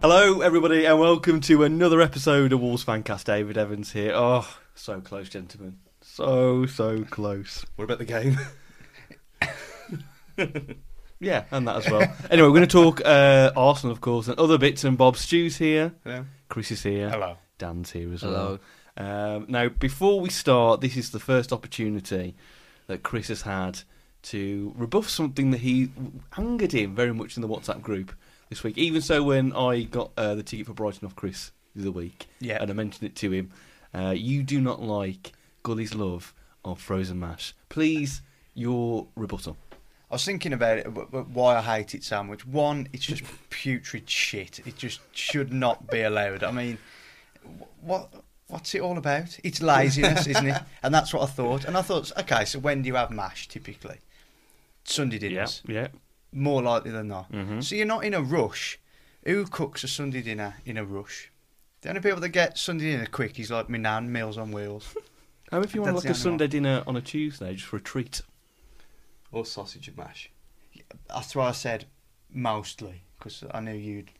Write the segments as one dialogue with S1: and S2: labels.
S1: Hello, everybody, and welcome to another episode of Wolves Fancast. David Evans here. Oh, so close, gentlemen. So, so close. What about the game? yeah, and that as well. Anyway, we're going to talk uh, Arsenal, of course, and other bits and bobs. Stu's here.
S2: Hello.
S1: Chris is here.
S2: Hello.
S1: Dan's here as
S3: Hello.
S1: well. Um, now, before we start, this is the first opportunity that Chris has had to rebuff something that he angered him very much in the WhatsApp group this week. Even so, when I got uh, the ticket for Brighton off Chris the other week,
S2: Yeah.
S1: and I mentioned it to him, uh, you do not like Gully's love of frozen mash. Please, your rebuttal.
S2: I was thinking about it, but, but why I hate it so much. One, it's just putrid shit. It just should not be allowed. I mean, wh- what what's it all about? It's laziness, isn't it? And that's what I thought. And I thought, okay, so when do you have mash typically? Sunday dinners,
S1: yeah. Mm-hmm.
S2: more likely than not. So you're not in a rush. Who cooks a Sunday dinner in a rush? The only people that get Sunday dinner quick is like my nan, Meals on Wheels.
S1: How if you want like
S2: That's
S1: a
S2: the only one.
S1: Sunday dinner on a Tuesday just for a treat?
S3: Or sausage and mash.
S2: That's why I said mostly, because I knew you'd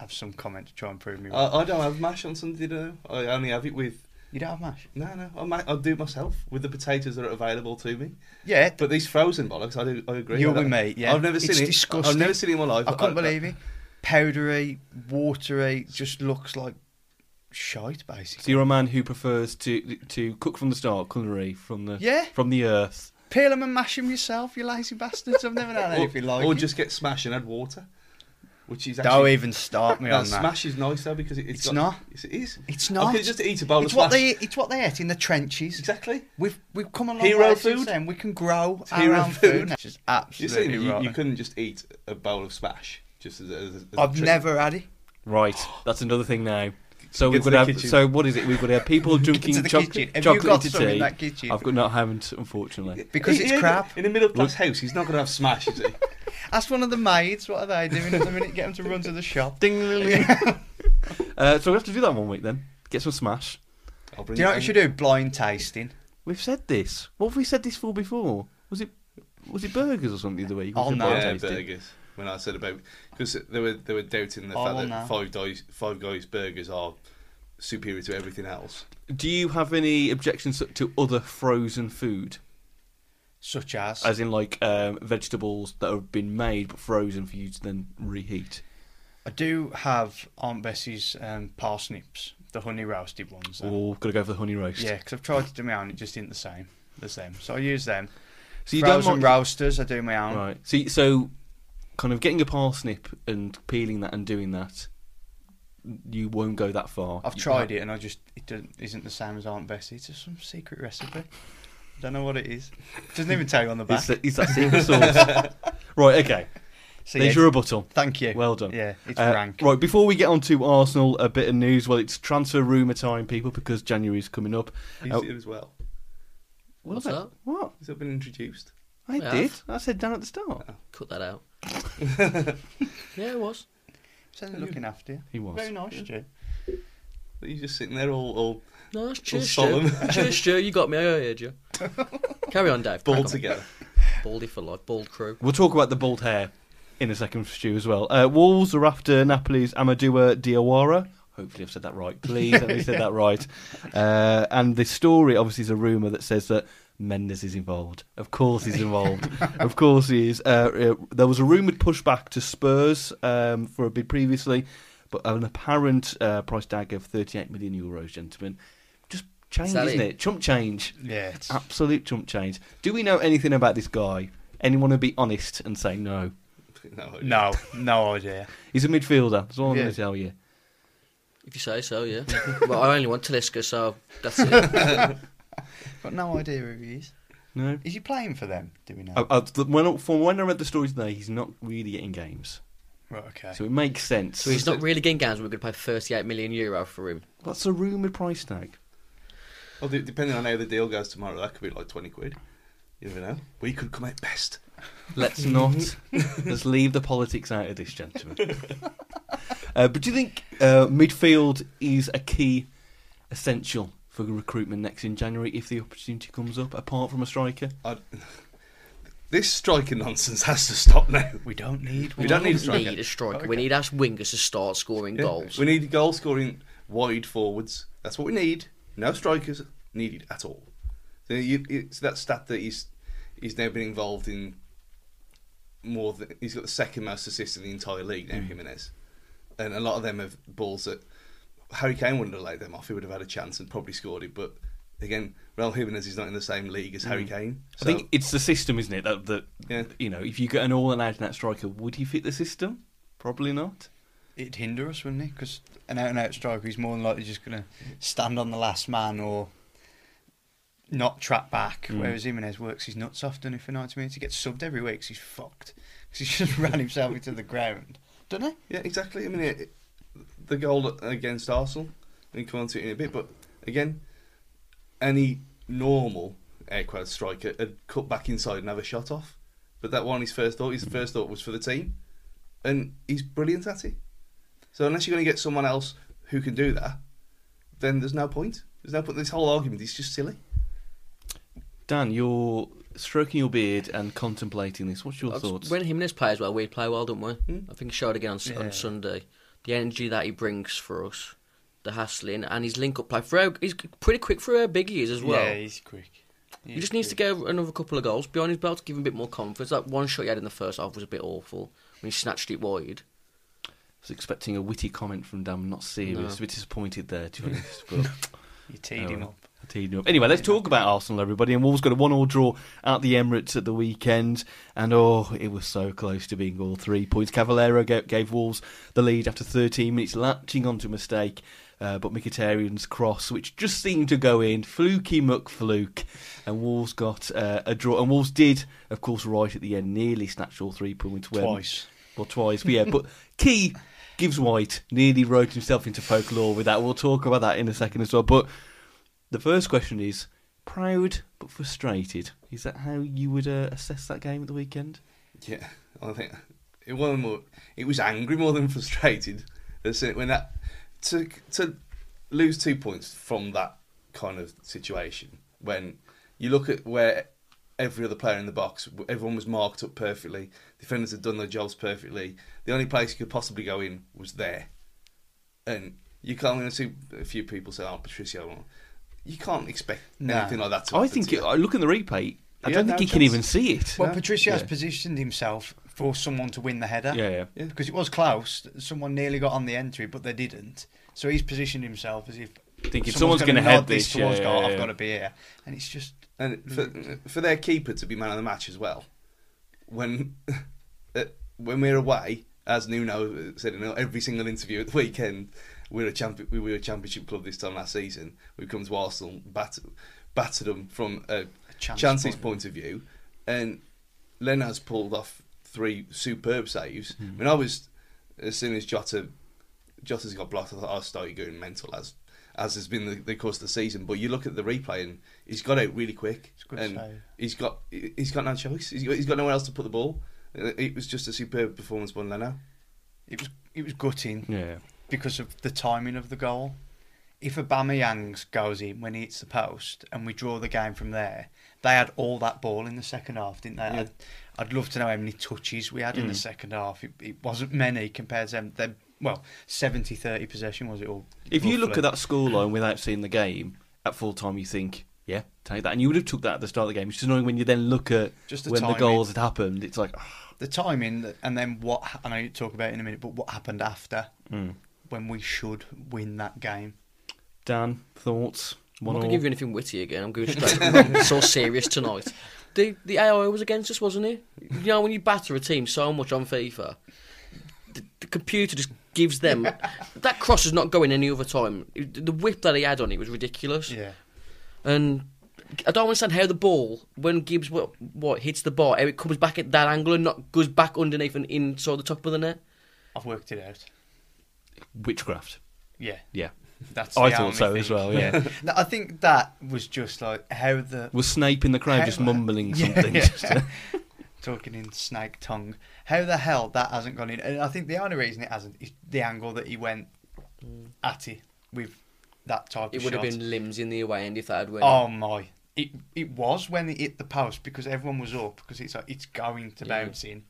S2: have some comment to try and prove me wrong.
S3: I, I don't have mash on Sunday dinner. I only have it with.
S2: You don't have mash.
S3: No, no. I, ma- I do it myself with the potatoes that are available to me.
S2: Yeah, but
S3: But these frozen bollocks, I do. I agree.
S2: You're
S3: I don't-
S2: with me, yeah.
S3: I've never
S2: It's
S3: seen it.
S2: disgusting.
S3: I've never seen it in my life.
S2: I couldn't believe it. Powdery, watery, just looks like shite, basically.
S1: So you're a man who prefers to to cook from the start, culinary from the
S2: Yeah.
S1: from the earth.
S2: Peel 'em and mash 'em yourself, you lazy bastards. I've never had
S3: or,
S2: anything like
S3: or
S2: it.
S3: just get smash and add water, which is
S2: don't
S3: actually.
S2: even start me
S3: No,
S2: on that.
S3: smash is nice though because it,
S2: It's
S3: got-
S2: not.
S3: Yes, it is.
S2: It's
S3: I
S2: not.
S3: could just eat a bowl
S2: it's
S3: of
S2: what
S3: smash.
S2: they it's what they ate in the trenches.
S3: Exactly.
S2: We've we've come a long
S3: Hero
S2: way since
S3: food.
S2: then. We can grow
S3: It's
S2: our
S3: hero
S2: own food.
S3: food.
S2: now. It's just
S3: You're saying
S2: absolutely
S3: you,
S2: right.
S3: you couldn't just eat a bowl of smash just as, a- as, a- as a
S2: I've
S3: treat.
S2: never had it.
S1: Right, that's another thing now. So
S3: Get
S1: we've got
S3: to
S1: to have.
S3: the kitchen.
S1: So what is it? We've got to have people
S2: to
S1: drinking
S2: the
S1: chocolate,
S2: kitchen. Have you
S1: chocolate
S2: got
S1: tea.
S2: some in that kitchen?
S1: I've got not haven't unfortunately.
S2: Because
S3: In-
S2: it's
S3: in a-
S2: crap.
S3: In a middle class house, he's not going to have smash, is he?
S2: Ask one of the maids. What are they doing at the minute? Get them to run to the shop.
S1: Ding. uh, so we have to do that one week then. Get some smash.
S3: I'll bring
S2: Do you know
S3: it
S2: what you should
S3: down.
S2: do? Blind tasting.
S1: We've said this. What have we said this for before? Was it was it burgers or something the other week? We
S2: Oh,
S1: said
S2: no.
S1: bar
S3: Yeah,
S1: tasting.
S3: burgers. When I said about because they were they were doubting the
S2: Oh,
S3: fact that
S2: no.
S3: five guys five guys burgers are superior to everything else.
S1: Do you have any objections to other frozen food,
S2: Such as.
S1: as in like um, vegetables that have been made but frozen for you to then reheat?
S2: I do have Aunt Bessie's um, parsnips, the honey roasted ones. though.
S1: Or gotta go for the honey roast.
S2: Yeah, because I've tried to do my own, it just isn't the same as them. So I use them.
S1: So you
S2: Frozen
S1: don't mind,
S2: roasters, I do my own.
S1: right? So so kind of getting a parsnip and peeling that and doing that, you won't go that far.
S2: I've
S1: You-
S2: tried it and I just, it doesn't, isn't the same as Aunt Bessie. It's just some secret recipe. Don't know what it is. Doesn't even tell you on the back.
S1: It's, that- it's that secret sauce. right, okay.
S2: So
S1: There's
S2: yeah,
S1: your rebuttal.
S2: thank you.
S1: Well done.
S2: Yeah, it's
S1: Uh,
S2: rank.
S1: Right, before we get on to Arsenal, a bit of news. Well, it's transfer rumour time, people, because January is coming up.
S3: He's
S1: Oh.
S3: here as well.
S1: What
S3: What's
S1: about-
S3: that?
S1: What?
S3: He's not been introduced.
S1: I
S4: Yeah.
S1: did. I said down at the start.
S4: Cut that out. yeah, it was.
S2: So they're looking after you.
S1: He was.
S2: Very nice, Stu.
S3: He's just sitting there all, all
S4: No, it's cheers,
S3: solemn.
S4: Stu. cheers, Stu. You got me. I heard you. Carry on, Dave.
S3: ball
S4: Crack on.
S3: together.
S4: Baldy for life. Bald crew.
S1: We'll talk about the bald hair in a second, Stu, as well. Uh, Wolves are after Napoli's Amadou Diawara. Hopefully, I've said that right. Please, let me said that right. Uh, and the story obviously is a rumor that says that Mendes is involved. Of course, he's involved. of course, he is. Uh, uh, there was a rumored pushback to Spurs um, for a bid previously, but an apparent uh, price tag of 38 million euros, gentlemen. Just change,
S4: Sally.
S1: isn't it? Chump change.
S2: Yeah, it's,
S1: Absolute chump change. Do we know anything about this guy? Anyone would be honest and say no.
S3: No, idea.
S2: No, no idea.
S1: He's a midfielder. That's all I'm going
S2: Yeah.
S1: to tell you.
S4: If you say so, yeah. well, I only want Talisker, so that's it.
S2: Got no idea who he is.
S1: No.
S2: Is he playing for them? Do we know?
S1: I, I, the- when, I- from when I read the story today, he's not really getting games,
S2: right, okay.
S1: so it makes sense.
S4: So he's not really getting games. We're going to pay 38 million euro for him.
S1: That's a rumoured price tag.
S3: Well, de- depending on how the deal goes tomorrow, that could be like 20 quid. You never know. We could come out best.
S1: Let's not. Let's leave the politics out of this, gentlemen. uh, but do you think uh, midfield is a key essential for recruitment next in January if the opportunity comes up, apart from a striker?
S3: I'd... This striking nonsense has to stop now.
S2: we don't need
S3: We
S2: one.
S3: don't need a
S4: We
S3: striker.
S4: need a striker.
S2: Okay.
S4: We need our wingers to start scoring
S3: Yeah.
S4: goals.
S3: We need goal scoring wide forwards. That's what we need. No strikers needed at all. So you, it's that stat that he's he's now been involved in more than he's got the second most assists in the entire league
S1: Hmm.
S3: now, Jimenez. And a lot of them have balls that Harry Kane wouldn't have laid them off. He would have had a chance and probably scored it. But again, Raul Jimenez is not in the same league as Harry Kane. So
S1: Hmm. I think it's the system, isn't it? That, that
S3: Yeah.
S1: you know, if you get an all and out in that striker, would he fit the system? Probably not.
S2: It'd hinder us, wouldn't it? Because an out and out striker is more than likely just going to stand on the last man or not trap back. Whereas Jimenez works his nuts off, doesn't he, for 90 minutes? He gets subbed every week 'cause he's fucked. 'Cause he's just ran himself into the ground. Doesn't he?
S3: Yeah, exactly. I mean, it, it- the goal against Arsenal, we can come on to it in a bit, but again, any normal air quotes striker had cut back inside and have a shot off. But that one, his first thought, his first thought was for the team, and he's brilliant at it. So unless you're going to get someone else who can do that, then there's no point. There's no point. This whole argument is just silly.
S1: Dan, you're stroking your beard and contemplating this. What's your
S4: That's-
S1: thoughts?
S4: When Jimenez plays well, we play well, don't we?
S3: Hmm?
S4: I think he showed again on, s
S2: Yeah.
S4: on Sunday the energy that he brings for us, the hustling, and his link up play. For how, he's pretty quick for how big he is as well.
S2: Yeah, he's quick.
S4: he just needs to get another couple of goals behind his belt to give him a bit more confidence. That one shot he had in the first half was a bit awful when he snatched it wide.
S1: I was expecting a witty comment from Dan, not serious.
S4: No.
S1: A bit disappointed there, to be honest. But
S2: You teed him
S1: Oh.
S2: up.
S1: I teed him up. Anyway, let's talk about Arsenal, everybody. And Wolves got a one-all draw at the Emirates at the weekend, and oh, it was so close to being all three points. Cavallero ga- gave Wolves the lead after 13 minutes, latching onto a mistake. Uh, but Mkhitaryan's cross, which just seemed to go in, fluky muck fluke, and Wolves got uh, a draw. And Wolves did, of course, right at the end, nearly snatch all three points. when-
S2: Twice.
S1: or um, twice. But yeah, but Key gives White nearly wrote himself into folklore with that. We'll talk about that in a second as well. But the first question is proud but frustrated. Is that how you would uh, assess that game at the weekend?
S3: Yeah, I think it was more. It was angry more than frustrated. That's it. When that to to lose two points from that kind of situation, when you look at where every other player in the box, everyone was marked up perfectly, defenders had done their jobs perfectly. The only place you could possibly go in was there, and you can't. I'm going to see a few people say, "Oh, Patricio." You can't expect
S2: No.
S3: anything like that. To
S1: I
S3: happen
S1: think
S3: to
S1: it,
S3: them.
S1: I look in the replay. I
S3: Yeah,
S1: don't think
S3: no
S1: he can
S3: chance.
S1: even see it.
S2: Well, Patricio has
S1: Yeah.
S2: positioned himself for someone to win the header.
S1: Yeah, yeah.
S3: Yeah.
S2: Because it was close. Someone nearly got on the entry, but they didn't. So he's positioned himself as if
S1: Thinking someone's
S2: gonna
S1: gonna head
S2: nod
S1: this,
S2: towards
S1: yeah,
S2: goal.
S1: yeah, yeah.
S2: I've got to be here, and it's just Mm-hmm.
S3: and for for their keeper to be man of the match as well. When uh, when we're away, as Nuno said in every single interview at the weekend, we're a champion. We were a championship club this time last season. We come to Arsenal, battered, battered them from a,
S2: chance
S3: chances
S2: point.
S3: point of view, and Lennart's pulled off three superb saves.
S2: Hmm.
S3: I mean, I was as soon as Jota Jota's got blocked, I thought I started going mental as as has been the, the course of the season. But you look at the replay and he's got out really quick,
S2: It's a good
S3: and
S2: save.
S3: he's got he- he's got no choice. He's got, he's got nowhere else to put the ball. Uh, It was just a superb performance by Leno.
S2: it was it was gutting
S1: Yeah.
S2: because of the timing of the goal. If Aubameyang goes in when he hits the post and we draw the game from there, they had all that ball in the second half, didn't they?
S3: Yeah.
S2: I'd, I'd love to know how many touches we had in the second half. It, it wasn't many compared to them. They, well, 70-30 possession was it all?
S1: If you look
S2: roughly.
S1: at that scoreline without seeing the game at full time, you think, yeah, take that. And you would have took that at the start of the game. It's just annoying when you then look at
S2: Just the
S1: when the
S2: timing.
S1: goals had happened. It's like, "Ah,
S2: the timing that- and then what I know you talk about it in a minute, but what happened after when we should win that game?
S1: Dan, thoughts?
S4: I'm
S1: One
S4: not
S1: all.
S4: gonna give you anything witty again. I'm going straight. I'm so serious tonight. The the AI was against us, wasn't it? You know when you batter a team so much on FIFA, the, the computer just gives them that cross is not going any other time. It- The whip that he had on it was ridiculous.
S2: Yeah.
S4: And I don't understand how the ball, when Gibbs what, what hits the bar, how it comes back at that angle and not goes back underneath and inside the top of the net.
S2: I've worked it out.
S1: Witchcraft.
S2: Yeah.
S1: Yeah.
S2: That's
S1: I
S2: the
S1: thought
S2: only
S1: so
S2: thing.
S1: as well, yeah.
S2: No, I think that was just like how the
S1: Was Snape in the crowd just
S2: How-
S1: mumbling
S2: Yeah,
S1: something?
S2: yeah.
S1: Just, uh,
S2: talking in snake tongue. How the hell that hasn't gone in? And I think the only reason it hasn't is the angle that he went at it with that type
S4: Mm. It
S2: of
S4: would have
S2: shot.
S4: been limbs in the away end if that had went.
S2: Oh my! It it was when it hit the post because everyone was up because it's like it's going to
S4: Yeah.
S2: bounce in.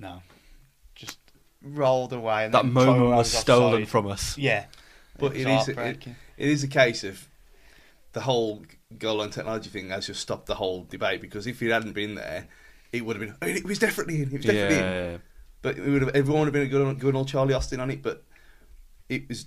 S2: No, just rolled away. And
S1: that
S2: then Troy
S1: moment was stolen
S2: offside.
S1: from us.
S2: Yeah,
S3: But
S2: It
S3: it
S2: was
S3: is it, it
S2: heartbreaking.
S3: is a case of the whole goal line technology thing has just stopped the whole debate because if it hadn't been there, it would have been. "Oh, It was definitely in. It was definitely in.
S1: Yeah.
S3: But it would have, everyone would have been a good, good old Charlie Austin on it. But it was.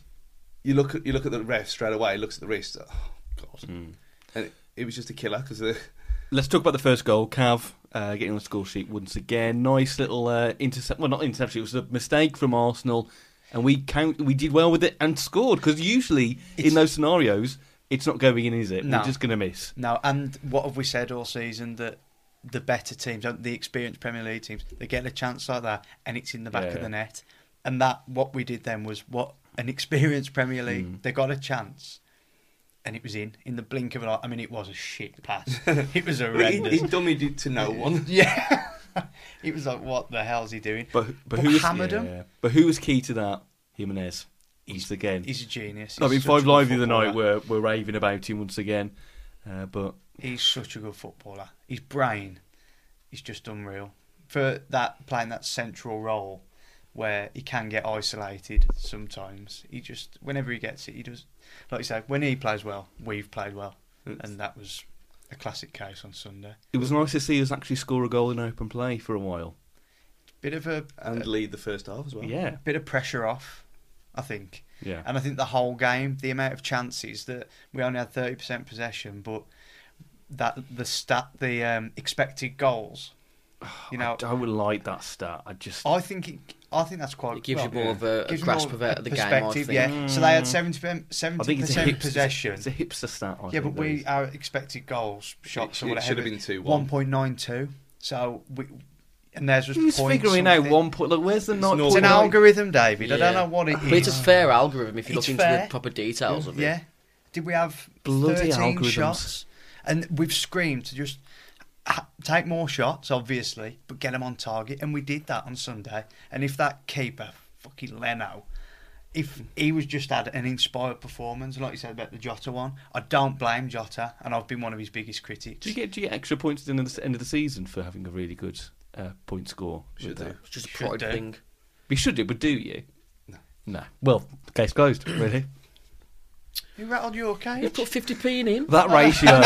S3: You look at you look at the ref straight away. Looks at the wrist. Oh god! And it, it was just a killer because the
S1: Let's talk about the first goal. Cav uh, getting on the score sheet once again. Nice little uh, intercept. Well, not interception. It was a mistake from Arsenal, and we count. We did well with it and scored because usually in
S2: It's-
S1: those scenarios, it's not going in, is it?
S2: No.
S1: We're just going to miss.
S2: No, and what have we said all season that the better teams, the experienced Premier League teams, they get a chance like that, and it's in the back of
S1: Yeah.
S2: the net. And that what we did then was what an experienced Premier League.
S1: Mm.
S2: They got a chance, and it was in in the blink of an eye. I mean, it was a shit pass. it was
S3: he,
S2: horrendous.
S3: he dummied it to no one.
S2: yeah, it was like, what the hell's he doing?
S1: But but,
S2: But
S1: who was,
S2: hammered 'em.
S1: yeah. But who was key to that? Jimenez. Once again.
S2: He's a genius.
S1: I
S2: He's
S1: mean,
S2: such
S1: Five
S2: a good
S1: Live the other
S2: footballer.
S1: night were were raving about him once again, uh, but
S2: He's such a good footballer. His brain is just unreal for that playing that central role where he can get isolated sometimes. He just whenever he gets it, he does. Like you said, when he plays well, we've played well, and that was a classic case on Sunday.
S1: it was nice to see us actually score a goal in open play for a while.
S2: Bit of a,
S3: And lead the first half as well.
S1: Yeah,
S2: bit of pressure off, I think.
S1: yeah.
S2: And I think the whole game, the amount of chances that we only had thirty percent possession, but that the stat, the um, expected goals. You know,
S1: I would like that stat. I just
S2: I think it, I think that's quite.
S4: It gives you
S2: well,
S4: more of a, a
S2: gives you
S4: grasp
S2: more
S4: of it, the game. I
S2: perspective,
S4: think.
S2: yeah. So they had seventy
S1: Mm. I think it's a
S2: percent
S1: hipster-
S2: possession.
S1: It's a hipster stat. I
S2: yeah,
S1: think
S2: but we
S1: those.
S2: our expected goals shots
S3: It-
S2: or
S3: it
S2: whatever
S3: should have been 2-1.
S2: One point nine two. So we and there's just
S1: Who's
S2: point
S1: figuring out
S2: something.
S1: one point? Like, where's the
S3: It's
S1: not?
S3: not-
S2: It's an
S3: point-
S2: algorithm, David. I
S4: Yeah.
S2: don't know what it is.
S4: But it's a fair algorithm if you
S2: It's
S4: look into
S2: fair.
S4: the proper details of it.
S2: Yeah. Did we have
S1: Bloody
S2: 13
S1: algorithms.
S2: shots? And we've screamed to just ha- take more shots, obviously, but get them on target. And we did that on Sunday. And if that keeper, fucking Leno, if he was just had an inspired performance, like you said about the Jota one, I don't blame Jota, and I've been one of his biggest critics.
S1: Do you get do you get extra points at the end of the, end of the season for having a really good uh, point score?
S3: Should
S1: with
S3: do.
S1: that?
S4: It's just a
S2: Should
S4: pride
S2: do.
S4: thing.
S1: We should do, but do you? No. No. Well, case closed. Really.
S2: You rattled your
S4: You
S2: cage?
S4: put 50p in him.
S1: that ratio.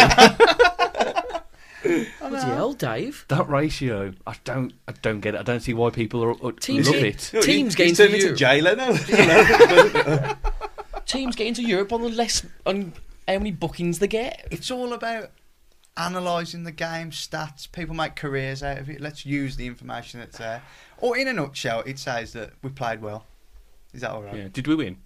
S4: Bloody hell, Dave.
S1: that ratio. I don't. I don't get it. I don't see why people are, are
S4: Teams
S1: love
S4: in-
S1: it.
S3: No, he-
S4: Teams
S3: he's
S4: getting
S3: turned
S4: to
S3: into
S4: you.
S3: Jay Leno.
S4: Teams get into Europe on the less on how many bookings they get.
S2: It's all about analysing the game, stats. People make careers out of it. Let's use the information that's there. Or, in a nutshell, it says that we played well. Is that all right?
S1: Yeah. Did we win?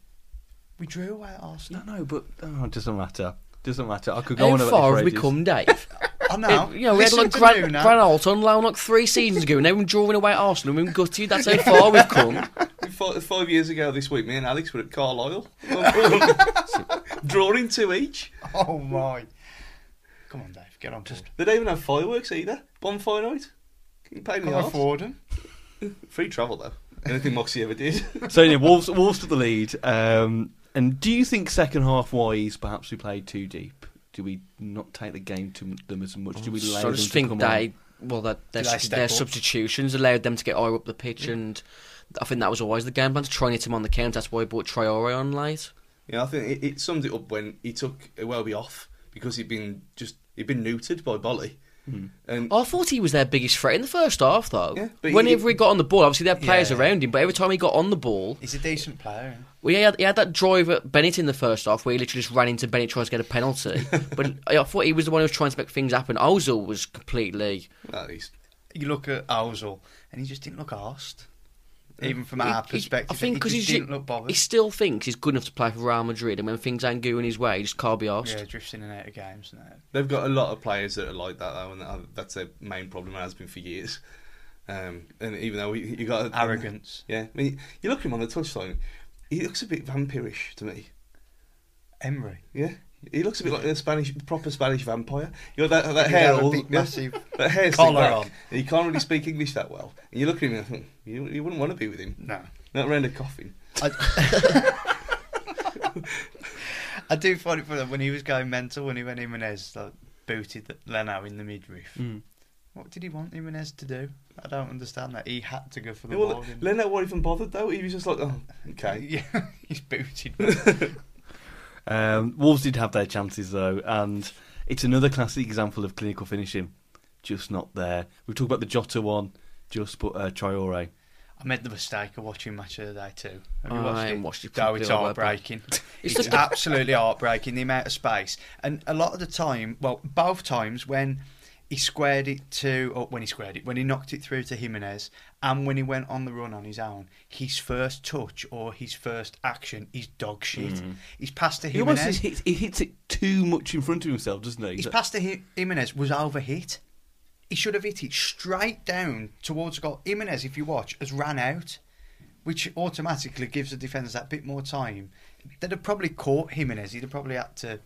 S2: We drew away at Arsenal.
S1: No, no. But oh, it doesn't matter. Doesn't matter. I could go
S4: How
S1: on about
S4: far
S1: this
S4: have
S1: for
S4: we
S1: ages.
S4: come, Dave?
S2: I know.
S4: you know, we had
S2: Listen
S4: like
S2: to
S4: Gran,
S2: Nuno.
S4: Gran Alt on loan like three seasons ago, and now we're drawing away at Arsenal. We're gutted. That's how far we've come.
S3: Five, five years ago this week, me and Alex were at Carlisle, drawing two each.
S2: Oh my! Come on, Dave, get on board.
S3: They don't even have fireworks either. Bonfire night. Can you pay me
S2: Can I
S3: off?
S2: afford 'em?
S3: Free travel though. Anything Moxie ever did.
S1: So yeah, Wolves Wolves took the lead. Um, and do you think second half wise, perhaps we played too deep? Do we not take the game to them as much? Do we allow
S4: Mm, So I
S1: them
S4: just
S1: to come
S4: think
S1: on?
S4: they, well, that their,
S2: Did I
S4: sub-
S2: step
S4: their
S2: up?
S4: substitutions allowed them to get higher up the pitch, and I think that was always the game plan to try and hit him on the counter. That's why he brought Traore on late.
S3: Yeah, I think it, it summed it up when he took Welby off because he'd been just he'd been neutered by Bolly, And
S4: I thought he was their biggest threat in the first half, though.
S3: Yeah, but he-
S4: Whenever he, got on the ball, obviously they had players
S2: Yeah.
S4: around him, but every time he got on the ball,
S2: He's a decent player.
S4: well, he, had, he had that drive at Bennett in the first half where he literally just ran into Bennett trying to get a penalty. but I thought he was the one who was trying to make things happen. Ozil was completely.
S3: well, he's-
S2: You look at Ozil, and he just didn't look arsed. Even from
S4: he-
S2: our
S4: he-
S2: perspective,
S4: I think
S2: he
S4: because
S2: just
S4: he
S2: didn't look bothered.
S4: he still thinks he's good enough to play for Real Madrid, and when things ain't going his way, he just can't be asked.
S2: Yeah, drifts in and out of games now.
S3: they've got a lot of players that are like that though, and that- that's their main problem and has been for years. Um, and even though you got
S2: Arrogance.
S3: yeah. I mean, you look at him on the touchline. He looks a bit vampirish to me.
S2: Emery.
S3: Yeah. He looks a bit like a Spanish, proper Spanish vampire. You got that, that
S2: He's
S3: hair,
S2: got a
S3: all,
S2: big,
S3: yeah,
S2: massive
S3: that hair
S2: collar on.
S3: on. He can't really speak English that well. And you look at him, and think, "Hmm, you, you wouldn't want to be with him.
S2: No.
S3: Not around a coffin.
S2: I do find it funny when he was going mental when he went Jimenez like booted Leno in the midriff.
S3: Hmm.
S2: What did he want Jimenez to do? I don't understand that. He had to go for the
S3: Yeah, well,
S2: ball. didn't he?
S3: Leno wasn't even bothered though. He was just like, oh, okay.
S2: yeah, he's booted.
S1: Um, Wolves did have their chances though, and it's another classic example of clinical finishing, just not there. We talked about the Jota one, just but uh, Traore.
S2: I made the mistake of watching Match of the Day too. Have
S4: I
S2: you watched
S4: haven't
S2: it?
S4: watched it
S2: No,
S4: properly
S2: it's
S4: all that, but-
S2: heartbreaking.
S4: It's
S2: it's
S4: just the-
S2: absolutely heartbreaking the amount of space. And a lot of the time, well, both times when he squared it to, or when he squared it, when he knocked it through to Jimenez, and when he went on the run on his own, his first touch or his first action is dog shit.
S4: Mm.
S2: He's passed to
S1: He almost
S2: Jimenez.
S1: hits, he hits it too much in front of himself, doesn't he?
S2: His pass to Hi- Jimenez was over hit. He should have hit it straight down towards the goal. Jimenez, if you watch, has ran out, which automatically gives the defence that bit more time. They'd have probably caught Jimenez. He'd have probably had to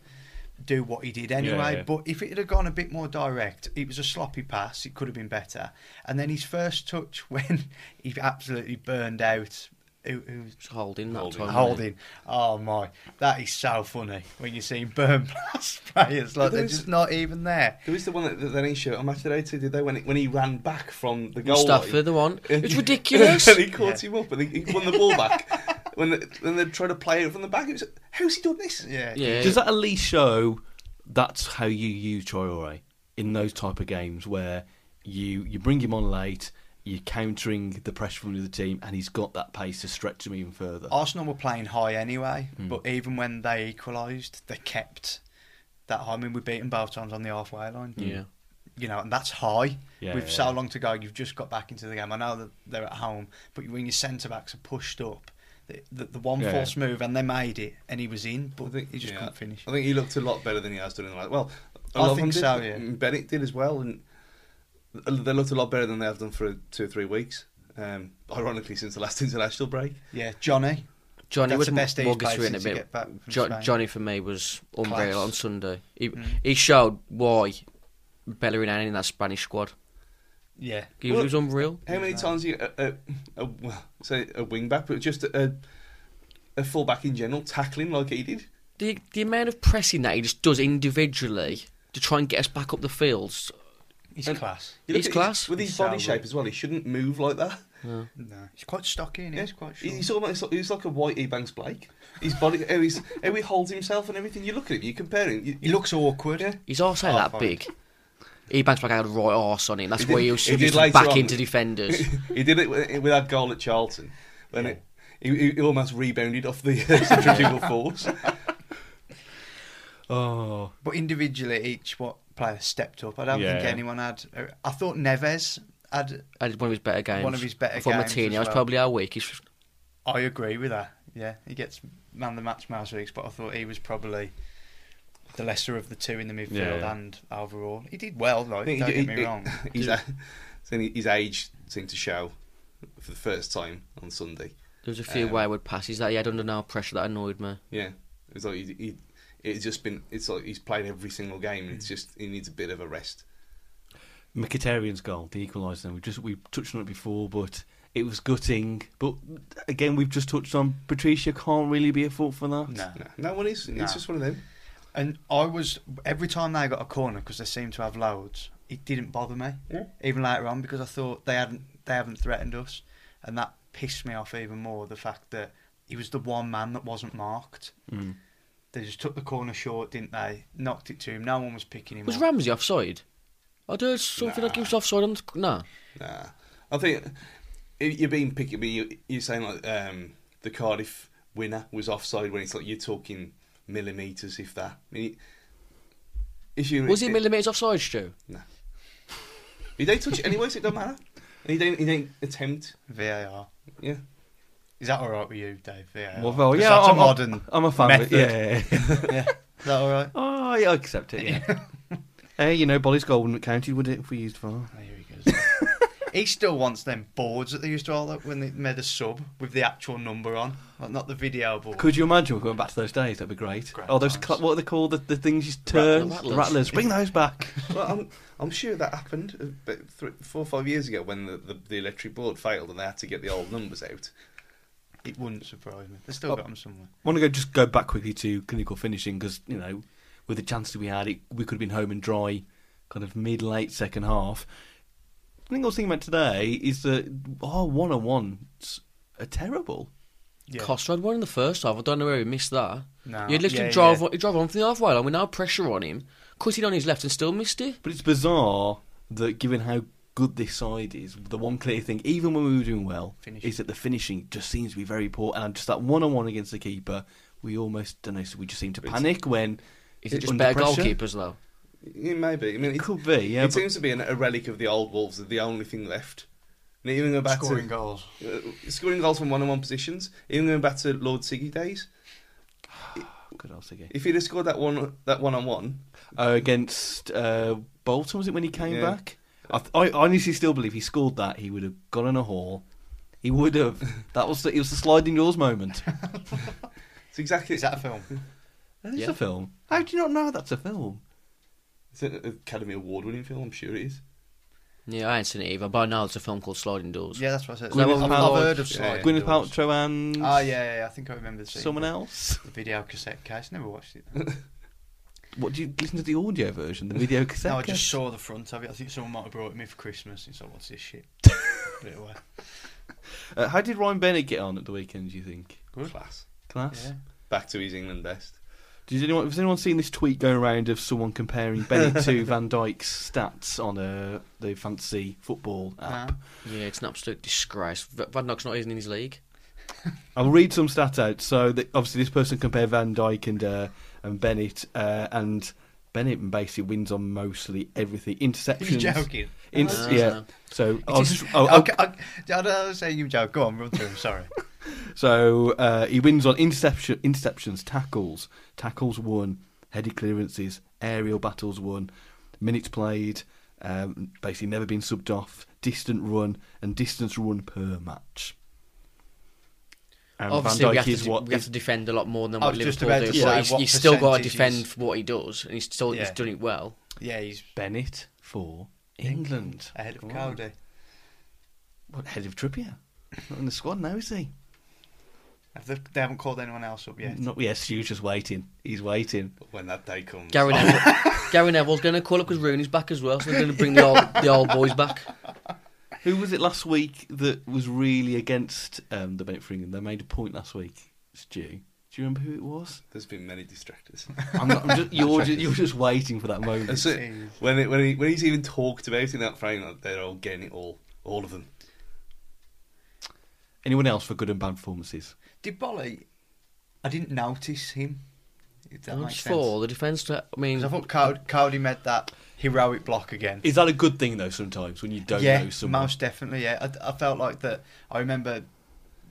S2: do what he did anyway.
S1: yeah.
S2: But if it had gone a bit more direct, it was a sloppy pass. It could have been better. And then his first touch when he absolutely burned out. Who, who
S4: Just holding that time.
S2: Holding. Oh my, that is so funny when you see burn blast players like they're
S3: There is-
S2: just not even there.
S3: Who was the one that, that they showed on Match of the Day too, did they? When, it, when he ran back from the goal
S4: Mustafa,
S3: line.
S4: the one. It's ridiculous.
S3: and he caught him up and he, he won the ball back. when, the, when they tried to play it from the back, it was how's he done this?
S2: Yeah,
S4: yeah.
S1: Does that at least show that's how you use Traore in those type of games where you you bring him on late, you're countering the pressure from the other team, and he's got that pace to stretch him even further.
S2: Arsenal were playing high anyway,
S1: Hmm.
S2: but even when they equalised, they kept that high. I mean, we beat them both times on the halfway line.
S4: Yeah.
S2: you know, and that's high.
S1: Yeah,
S2: With
S1: yeah,
S2: so
S1: yeah.
S2: long to go, you've just got back into the game. I know that they're at home, but when your centre backs are pushed up, the, the, the one
S1: Yeah.
S2: false move and they made it, and he was in, but he just
S3: Yeah.
S2: couldn't finish.
S3: I think he looked a lot better than he has done in the last. Well, a
S2: I
S3: lot of
S2: think
S3: them
S2: so,
S3: Did.
S2: yeah.
S3: And Bennett did as well, and they looked a lot better than they have done for two or three weeks. Um, ironically, since the last international break,
S2: Yeah, Johnny.
S4: Johnny
S2: That's
S4: was
S2: the best he's
S4: more gets
S2: played
S4: written a
S2: since he
S4: bit.
S2: get back from
S4: Jo-
S2: Spain.
S4: Johnny for me was unreal
S2: Class.
S4: on Sunday. He, he showed why Bellerin ain't in that Spanish squad.
S2: Yeah.
S4: He, was- he was unreal.
S3: how many times you a, a, a, well, say a wing back, but just a, a full back in general tackling like he did?
S4: The the amount of pressing that he just does individually to try and get us back up the fields.
S2: He's
S3: And-
S2: class.
S3: You look
S4: He's
S3: at his-
S4: class.
S3: with his
S2: He's
S3: body
S2: so
S3: shape
S2: good.
S3: as well. He shouldn't move like that.
S2: No, he's quite stocky and
S3: Yeah.
S2: he's quite short.
S3: He's almost he's like a white Ebanks Blake. His body, how, he's, how he holds himself and everything. You look at him, you compare him. You,
S2: he looks awkward.
S4: He's also
S2: Oh,
S4: that
S2: fine.
S4: big. Ebanks like had a right arse on him. That's
S3: He
S4: why
S3: did-
S4: he was
S3: he did
S4: just
S3: later
S4: back
S3: on.
S4: into defenders.
S3: he did it with, with that goal at Charlton when it, he, he- he almost rebounded off the uh, centrifugal force.
S1: oh,
S2: But individually, each what player stepped up. I don't
S1: Yeah.
S2: think anyone had. I thought Neves had.
S4: I did one of his better games.
S2: One of his better
S4: I thought
S2: games
S4: Martinez
S2: as
S4: was
S2: well.
S4: probably our weakest.
S2: I agree with that. Yeah, he gets man of the match most weeks, but I thought he was probably the lesser of the two in the midfield
S1: Yeah, yeah.
S2: and overall. He did well, though.
S3: I think
S2: Don't
S3: he-
S2: get me
S3: he-
S2: wrong.
S3: He's, a- saying his age seemed to show for the first time on Sunday.
S4: There was a few
S3: Um,
S4: wayward passes that he had under no pressure that annoyed me.
S3: Yeah, it was like he, he, it's just been. It's like he's played every single game.
S2: Mm.
S3: And it's just he needs a bit of a rest.
S1: Mkhitaryan's goal, the equaliser. We just we touched on it before, but it was gutting. But again, we've just touched on Patricia can't really be at fault for that.
S2: No.
S3: No, no one is.
S2: No.
S3: It's just one of them.
S2: And I was every time they got a corner because they seemed to have loads. It didn't bother me
S3: Yeah.
S2: even later on because I thought they hadn't they haven't threatened us, and that pissed me off even more. The fact that he was the one man that wasn't marked.
S1: Mm.
S2: They just took the corner short, didn't they? Knocked it to him. No one was picking him
S4: Was
S2: up.
S4: Ramsey offside? I I do something that gives offside. on the- Nah.
S3: Nah, I think if you're being picky, but you, you're saying like um, the Cardiff winner was offside when it's like you're talking millimeters, if that. I mean, if you
S4: Was he millimetres offside, Stu?
S3: Nah. He don't touch it anyway, so it don't matter. He don't. He don't attempt.
S2: VAR.
S3: Yeah.
S2: Is that all right with you, Dave? VAR.
S1: Well, well,
S2: 'Cause
S1: yeah,
S2: that's
S1: I'm,
S2: a modern.
S1: I'm a fan of it.
S2: method.
S1: Yeah, yeah, yeah.
S2: yeah. Is that all right?
S1: oh, yeah, I accept it. Yeah. hey, you know, Bolly's goal wouldn't have counted, would it, if we used VAR?
S2: Oh, here he goes. he still wants them boards that they used to all when they made a sub with the actual number on, like, not the video board.
S1: Could you imagine we're going back to those days? That'd be great.
S2: Grand
S1: oh, those
S2: times.
S1: cl- what are they called? The, the things you turn,
S4: rattlers.
S1: the rattlers. Bring those back.
S3: Well, I'm, I'm sure that happened uh, but three, four or five years ago when the, the, the electric board failed and they had to get the old numbers out.
S2: It wouldn't surprise me. They still
S1: Oh.
S2: got them somewhere.
S1: I want to go just go back quickly to clinical finishing because you know, with the chances we had, it, we could have been home and dry, kind of mid late second half. The thing I was thinking about today is that our one on ones are terrible.
S2: Yeah.
S4: Costa had one in the first half. I don't know where he missed that.
S2: No.
S4: He literally
S2: Yeah,
S4: drove
S2: yeah.
S4: he drove on from the halfway line with no pressure on him, cutting on his left and still missed it.
S1: But it's bizarre that given how good this side is, the one clear thing, even when we were doing well,
S2: Finishing.
S1: is that the finishing just seems to be very poor. And just that one on one against the keeper, we almost don't know. So we just seem to panic when
S4: Is it just
S1: under
S4: better
S1: pressure.
S4: goalkeepers though?
S3: Yeah, maybe. I mean,
S1: It
S3: it,
S1: could be, yeah.
S3: it
S1: but-
S3: seems to be an, a relic of the old Wolves. They're the only thing left. And even go back
S2: Scoring
S3: to,
S2: goals.
S3: uh, scoring goals from one-on-one positions. Even going back to Lord Siggy days,
S1: Good old Siggy.
S3: if he'd have scored that one that one-on-one,
S1: uh, against uh, Bolton. Was it when he came
S3: Yeah.
S1: back? I, th- I honestly still believe he scored that. He would have gone on a haul. He would have. That was the, it was the sliding doors moment.
S3: it's exactly
S2: Is that a film?
S1: That is
S4: Yeah.
S1: a film. How do you not know that's a film?
S3: It's an Academy Award-winning film. I'm sure it is.
S4: Yeah, I ain't seen it either. By now it's a film called Sliding Doors.
S2: Yeah, that's what I said.
S1: Gwyneth
S2: I've,
S1: Paltrow-
S2: I've heard of
S3: Yeah,
S2: Sliding
S1: Gwyneth
S2: Doors.
S1: Paltrow and
S2: Ah, yeah, yeah, yeah, I think I remember seeing
S1: someone else.
S2: the video cassette case. Never watched it.
S1: What do you listen to the audio version, the video cassette?
S2: No, I
S1: cassette?
S2: just saw the front of it. I think someone might have brought it me for Christmas. It's like, what's this shit? Put it away.
S1: Uh, how did Ryan Bennett get on at the weekend? Do you think?
S3: Class.
S1: Class.
S2: Yeah.
S3: Back to his England best.
S1: Did anyone has anyone seen this tweet going around of someone comparing Bennett to Van Dyke's stats on uh, the fantasy football app?
S2: Nah.
S4: Yeah, it's an absolute disgrace. V- Van Dijk's not even in his league.
S1: I'll read some stat out. So that obviously this person compared Van Dijk and uh, and Bennett, uh, and Bennett basically wins on mostly everything
S2: You're
S1: interceptions.
S2: joking. Oh,
S1: In-
S4: No,
S1: yeah.
S4: no.
S1: So
S2: It
S1: I'll
S2: is-
S1: just, oh,
S2: okay, I, I don't know, say you joke. Go on, run through them. Sorry.
S1: so uh, he wins on interception, interceptions, tackles, tackles won, headed clearances, aerial battles won, minutes played, um, basically never been subbed off, distant run, and distance run per match. And
S4: Obviously, we have, to,
S1: is what
S4: we have
S1: is-
S4: to defend a lot more than
S2: I
S4: what
S2: was just
S4: Liverpool
S2: about
S4: do.
S2: to
S4: but
S2: say,
S4: he's,
S2: what
S4: he's still got to
S2: percentage
S4: defend
S2: is-
S4: what he does, and he's still he's
S2: Yeah.
S4: done it well.
S2: Yeah, he's
S1: Bennett for England.
S2: ahead of
S1: Right.
S2: Cody.
S1: What head of Trippier? Not in the squad now, is he?
S2: Have they, they haven't called anyone else up yet.
S1: Not yes. Stu's just waiting. He's waiting.
S3: But when that day comes,
S2: Oh.
S4: Gary Neville, Gary Neville's going to call up because Rooney's back as well, so they're going to bring the old the old boys back.
S1: Who was it last week that was really against um, the Bennett for England? They made a point last week. Stu, do you remember who it was?
S3: there's been many distractors.
S1: I'm not, I'm just, you're just you're just waiting for that moment.
S3: And so,
S2: Jeez.
S3: when it, when he, when he's even talked about it in that frame, like, they're all getting it all, all of them.
S1: Anyone else for good and bad performances?
S2: Did Bolly? I didn't notice him. If that
S4: That's
S2: makes sense.
S4: four. The defence. I
S2: 'Cause
S4: mean,
S2: I thought Cody, Cody made that heroic block again.
S1: Is that a good thing though? Sometimes when you don't
S2: yeah,
S1: know someone,
S2: most definitely. Yeah, I, I felt like that. I remember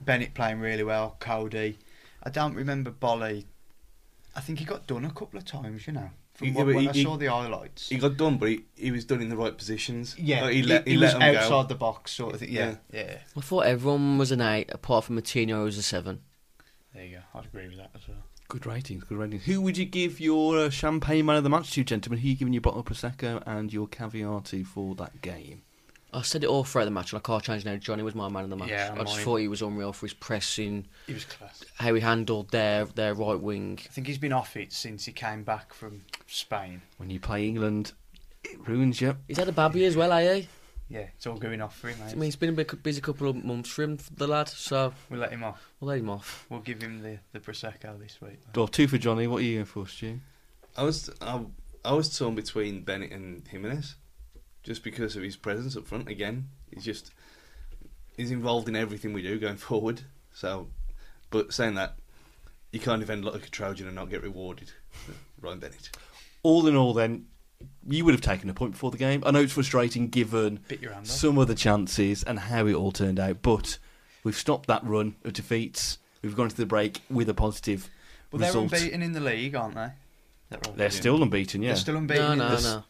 S2: Bennett playing really well. Cody. I don't remember Bolly. I think he got done a couple of times. You know, from
S3: Yeah,
S2: what,
S3: but
S2: when
S3: he-
S2: I
S3: he-
S2: saw the highlights.
S3: He got done, but he, he was done in the right positions.
S2: yeah,
S3: Like, he let he,
S2: Oh, he
S3: let
S2: was
S3: them
S2: outside
S3: go.
S2: the box, sort of thing. Yeah, yeah.
S4: I thought everyone was an eight apart from Matinho who was a seven.
S2: There you go. I'd agree with that as well.
S1: good ratings, good ratings. Who would you give your uh, champagne man of the match to, gentlemen? Who are you giving your bottle of prosecco and your caviar to for that game?
S4: I said it all throughout the match, and I can't change now. Johnny was my man of the match.
S2: Yeah,
S4: I just
S2: mine.
S4: thought he was unreal for his pressing,
S2: He was class.
S4: how he handled their their right wing.
S2: I think he's been off it since he came back from Spain.
S1: when you play England, it ruins you.
S4: He's had a babby as well, eh?
S2: Yeah, it's all going off for him,
S4: I
S2: mate.
S4: mean, it's been a bit busy couple of months for him, the lad. So
S2: We'll let him off.
S4: we'll let him off.
S2: We'll give him the, the Prosecco this week.
S1: Well, two for Johnny. What are you going for, Stu?
S3: I was I, I was torn between Bennett and Jimenez. just because of his presence up front. Again, he's just he's involved in everything we do going forward. So, but saying that, you can't defend like a Trojan and not get rewarded. uh, Ryan Bennett.
S1: All in all, then, you would have taken a point before the game. I know it's frustrating given
S2: Bit your hand off.
S1: some of the chances and how it all turned out, but we've stopped that run of defeats. We've gone into the break with a positive
S2: Well, they're
S1: result.
S2: unbeaten in the league, aren't they? They're,
S1: They're still unbeaten, yeah.
S2: They're still unbeaten.
S4: No,
S2: in
S4: no,
S2: the-
S4: no.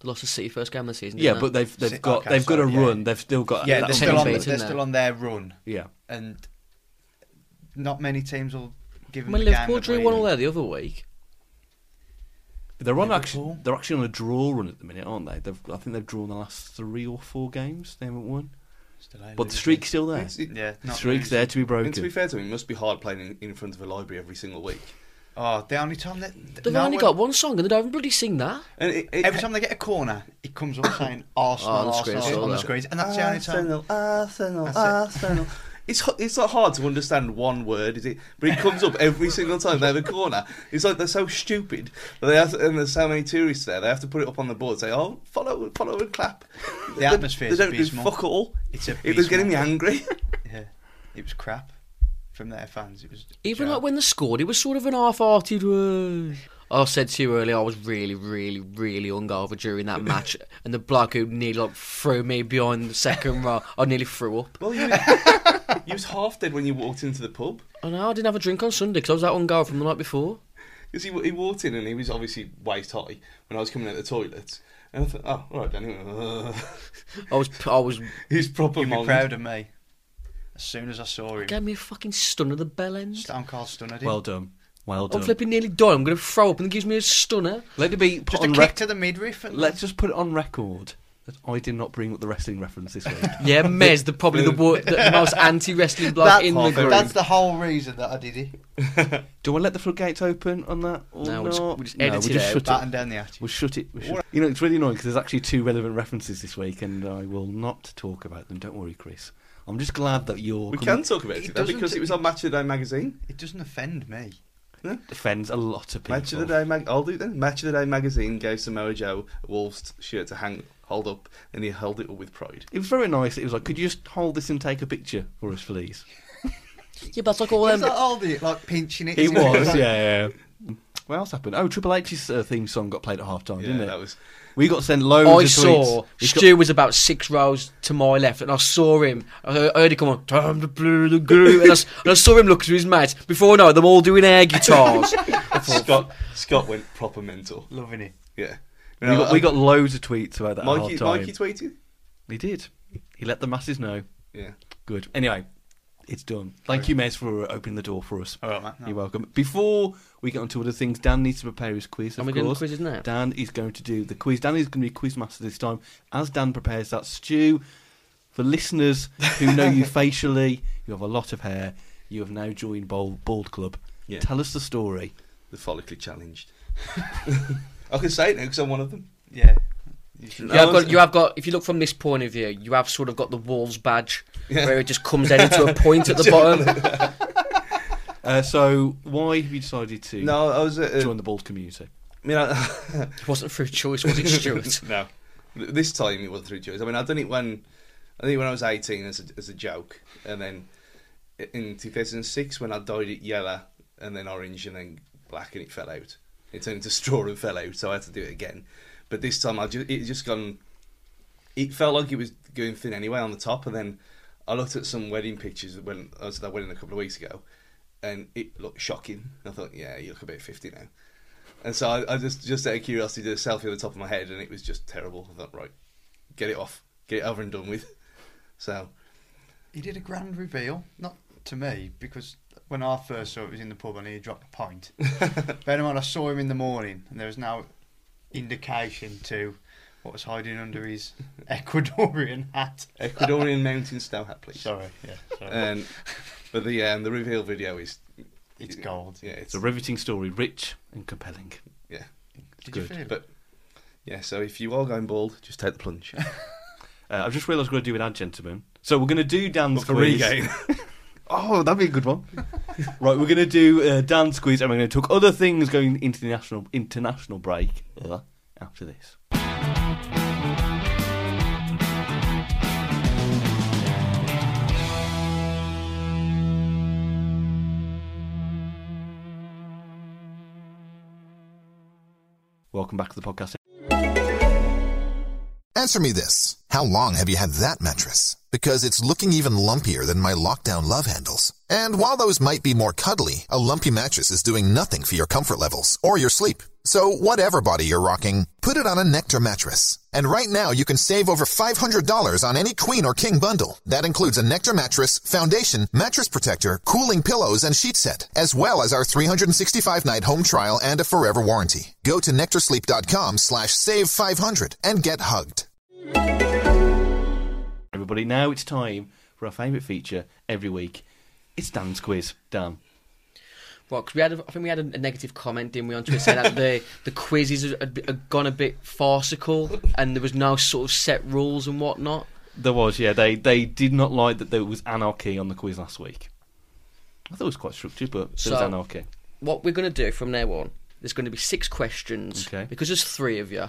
S4: They lost the City first game of the season.
S1: yeah,
S4: didn't
S1: but they've
S2: Si-
S1: they've got
S2: okay,
S1: they've got a
S2: sorry, yeah.
S1: run. They've Uh, still got
S2: Yeah,
S1: that
S2: they're
S4: was
S2: still on.
S4: unbeaten
S2: They're
S4: there.
S2: still on their run,
S1: yeah.
S2: and not many teams will give
S4: they?
S2: them.
S4: When
S2: the game
S4: Liverpool
S2: that
S4: drew
S2: we
S4: one
S2: did.
S4: all there the other week.
S1: They're on
S2: Liverpool.
S1: actually, they're actually on a draw run at the minute, aren't they? They've, I think they've drawn the last three or four games. They haven't won,
S2: Still
S1: but the streak's still there.
S3: It's- it-
S2: Yeah,
S1: The
S2: not
S1: streak's
S2: losing.
S1: there to be broken.
S3: and to be fair to him, it must be hard playing in, in front of a library every single week.
S2: Oh, the only time that
S4: They've
S2: no
S4: only
S2: one-
S4: got one song and they don't even bloody sing that.
S3: And it, it,
S2: Every time they get a corner, it comes up saying Arsenal,
S4: Oh, on the screen,
S2: Arsenal,
S4: so
S2: on the
S4: that-
S2: screens, and that's the
S1: Ah,
S2: only time.
S3: Arsenal, Arsenal,
S2: That's it.
S3: Arsenal. It's h- it's not hard to understand one word, is it? But it comes up every single time they have a corner. It's like they're so stupid. That they have to, and there's so many tourists there. They have to put it up on the board. Say, oh, follow, follow and clap.
S2: The
S3: They-
S2: atmosphere
S3: They
S2: is
S3: don't do
S2: abysmal.
S3: fuck all.
S2: It's a
S3: It was getting me angry.
S2: Yeah, it was crap from their fans. It was
S4: Even
S2: joke.
S4: like when they scored, it was sort of an half-hearted. "Whoa." I said to you earlier, I was really, really, really hungover during that match, and the bloke who nearly like, threw me behind the second row, I nearly threw up.
S3: well, you was, you was half dead when you walked into the pub.
S4: I know I didn't have a drink on Sunday because I was that hungover from the night before.
S3: Because he, he walked in and he was obviously waist high when I was coming out the toilets. And I thought, oh, all right, Danny.
S4: I was, I was,
S3: He's proper
S2: you'll Oh, be
S3: monged.
S2: proud of me. As soon as I saw him,
S4: gave me a fucking stun of the bell end.
S2: Stone Cold stunned him.
S1: well done, well
S4: I'm
S1: done.
S4: flipping nearly dying. I'm going to throw up, and it gives me a stunner.
S1: Let it be put
S2: just a
S1: on
S2: kick
S1: rec-
S2: to the midriff. And
S1: Let's just put it on record that I did not bring up the wrestling reference this week.
S4: Yeah, Mez, the probably the, wo- the most anti-wrestling bloke
S2: That-
S4: in the group.
S2: that's the whole reason that I did it.
S1: Do I let the floodgates open on that or
S4: No,
S1: not?
S4: we'll just- we'll just
S1: No,
S4: edit
S1: we'll
S4: it out.
S1: shut it.
S2: Batten down the hatch.
S1: We'll shut it. We'll shut. You know, it's really annoying because there's actually two relevant references this week, and I will not talk about them. Don't worry, Chris. I'm just glad that you're.
S3: We can talk about
S2: It
S3: it, today
S2: doesn't-
S3: because it was on Match of the Day magazine.
S2: It doesn't offend me.
S1: Offends a lot of people.
S3: Match of the Day mag. I'll do it then. Match of the Day magazine gave Samoa Joe a Wolves shirt to hang, hold up, and he held it up with pride.
S1: It was very nice. It was like, could you just hold this and take a picture for us, please?
S4: Yeah, but that's like all
S2: He's
S4: them.
S2: like holding it, like pinching it.
S1: It
S2: isn't he?
S1: was, yeah. yeah. What else happened? Oh, Triple H's uh, theme song got played at half time,
S3: Yeah,
S1: didn't it?
S3: that was.
S1: We got sent loads
S4: I
S1: of
S4: saw
S1: tweets. We got-
S4: Stu was about six rows to my left, and I saw him. I heard- I heard him come on, time to blue the goo, and I, s- and I saw him look to his mates. Before I know it, them all doing air guitars.
S3: Scott Scott went proper mental.
S2: Loving it.
S3: Yeah.
S1: we,
S3: No,
S1: got, we
S3: uh,
S1: got loads of tweets about that
S3: Mikey,
S1: at half time.
S3: Mikey tweeted.
S1: he did. He let the masses know.
S3: Yeah.
S1: Good. Anyway, it's done. Thank you, Mez, for opening the door for us.
S2: All right, mate.
S1: You're welcome. Before we get on to other things, Dan needs to prepare his quiz. Of
S4: And we're doing
S1: course.
S4: quizzes now?
S1: Dan is going to do the quiz. Dan is going to be quiz master this time. As Dan prepares that, Stu, for listeners who know you facially, you have a lot of hair. You have now joined Bald, Bald Club.
S3: Yeah.
S1: Tell us the story.
S3: The follically challenged. I can say it now because I'm one of them.
S2: Yeah.
S4: You have got, you have got. If you look from this point of view, you have sort of got the Wolves badge, where it just comes down to a point at the bottom.
S1: Uh, so, why have you decided to
S3: No, I was at. Uh,
S1: join the Bald community?
S3: I mean, I,
S4: It wasn't through choice, was it, Stuart?
S3: no. This time it wasn't through choice. I mean, I done it when I think when I was 18 as a, as a joke, and then in 2006 when I dyed it yellow and then orange and then black, and it fell out. It turned into straw and fell out, so I had to do it again. But this time I just it just gone. It felt like it was going thin anyway on the top, and then I looked at some wedding pictures when I was at that wedding a couple of weeks ago, and it looked shocking. I thought, yeah, you look a bit 50 now. And so I, I just, just out of curiosity, did a selfie on the top of my head, and it was just terrible. I thought, right, get it off, get it over and done with. So
S2: He did a grand reveal, not to me, because when I first saw it, it was in the pub and he dropped a pint. Bear in mind, I saw him in the morning and there was no indication to what was hiding under his Ecuadorian hat. Uh,
S3: Ecuadorian mountain snow hat, please.
S2: Sorry, yeah, sorry.
S3: And but the um, the reveal video is
S2: it's gold.
S3: yeah, it's
S1: It's a riveting story, rich and compelling.
S3: yeah,
S2: Did
S1: good,
S2: you feel it?
S3: but yeah. So if you are going bald, just take the plunge.
S1: Uh, I've just realised we're going to do an ad gentleman. So we're going to do Dan's
S3: For
S1: quiz.
S3: regain.
S1: Oh, that'd be a good one. right, we're going to do uh, Dan's quiz, and we're going to talk other things going into the national international break uh, after this. Welcome back to the podcast.
S5: Answer me this. How long have you had that mattress? Because it's looking even lumpier than my lockdown love handles. And while those might be more cuddly, a lumpy mattress is doing nothing for your comfort levels or your sleep. So whatever body you're rocking, put it on a Nectar mattress. And right now you can save over $500 on any queen or king bundle. That includes a Nectar mattress, foundation, mattress protector, cooling pillows, and sheet set, as well as our 365 night home trial and a forever warranty. Go to nectarsleep.com slash save 500 and get hugged.
S1: Everybody, now it's time for our favourite feature every week. It's Dan's quiz. Dan,
S4: Well, 'cause we had, a, I think we had a, a negative comment, didn't we, on Twitter saying that the the quizzes had, had had gone a bit farcical and there was no sort of set rules and whatnot.
S1: there was yeah they they did not like that there was anarchy on the quiz last week. I thought it was quite structured, but there was
S4: So-
S1: anarchy.
S4: What we're going to do from now on, there's going to be six questions
S1: Okay.
S4: because there's three of you.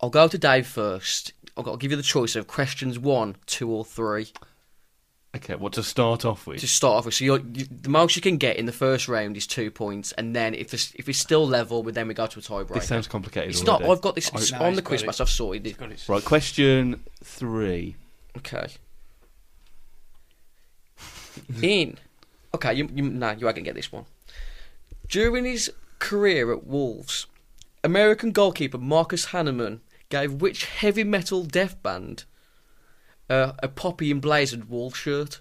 S4: I'll go to Dave first. I'll, go- I'll give you the choice of questions one, two, or three
S1: Okay, what to start off with?
S4: to start off with. So you're, you, the most you can get in the first round is two points, and then if it's, if it's still level, well, then we go to a tiebreaker.
S1: this sounds complicated.
S4: It's not.
S1: already.
S4: I've got this it's
S2: No,
S4: on
S2: he's
S4: the
S2: got
S4: quiz
S2: it.
S4: match. I've sorted it.
S2: Got it.
S1: Right, question three.
S4: Okay. In. Okay, you, you, nah, you are going to get this one. During his career at Wolves, American goalkeeper Marcus Hanneman gave which heavy metal death band uh, a poppy emblazoned Wolves shirt?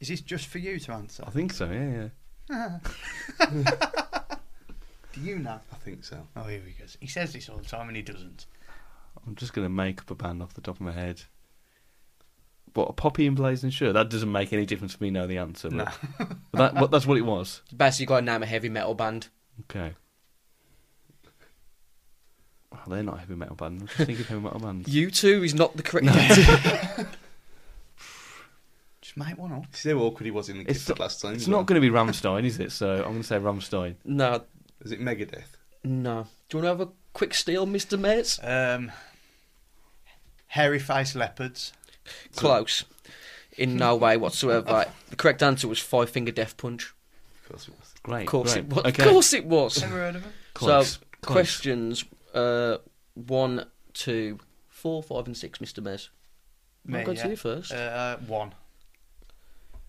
S2: Is this just for you to answer?
S1: I think so. Yeah, yeah.
S2: Do you know?
S3: I think so.
S2: Oh, here he goes. He says this all the time and he doesn't.
S1: I'm just gonna make up a band off the top of my head. What a poppy emblazoned shirt. That doesn't make any difference for me know the answer. But, but that what, that's what it was.
S4: Basically, got to name a heavy metal band.
S1: Okay. Well, they're not a heavy metal band. I'm just thinking of heavy metal bands.
S4: You two is not the correct answer.
S2: Just make one up.
S3: See how awkward he was in the
S1: It's
S3: gift
S1: not-
S3: last time.
S1: It's not going to be Ramstein, is it? So I'm going to say Ramstein.
S4: no,
S3: Is it Megadeth?
S4: no. Do you want to have a quick steal, Mister Mates?
S2: Um, hairy face leopards.
S4: Close. In no way whatsoever. the correct answer was Five Finger Death Punch.
S3: Of course it was.
S1: Great.
S4: Of course
S1: great.
S4: it was.
S1: Okay.
S4: Of course it was.
S2: Never heard of them.
S1: Close.
S4: So
S1: Close.
S4: questions uh, one, two, four, five, and six, Mr. Mays.
S2: Me,
S4: I'll go
S2: yeah.
S4: to you first.
S2: Uh, one.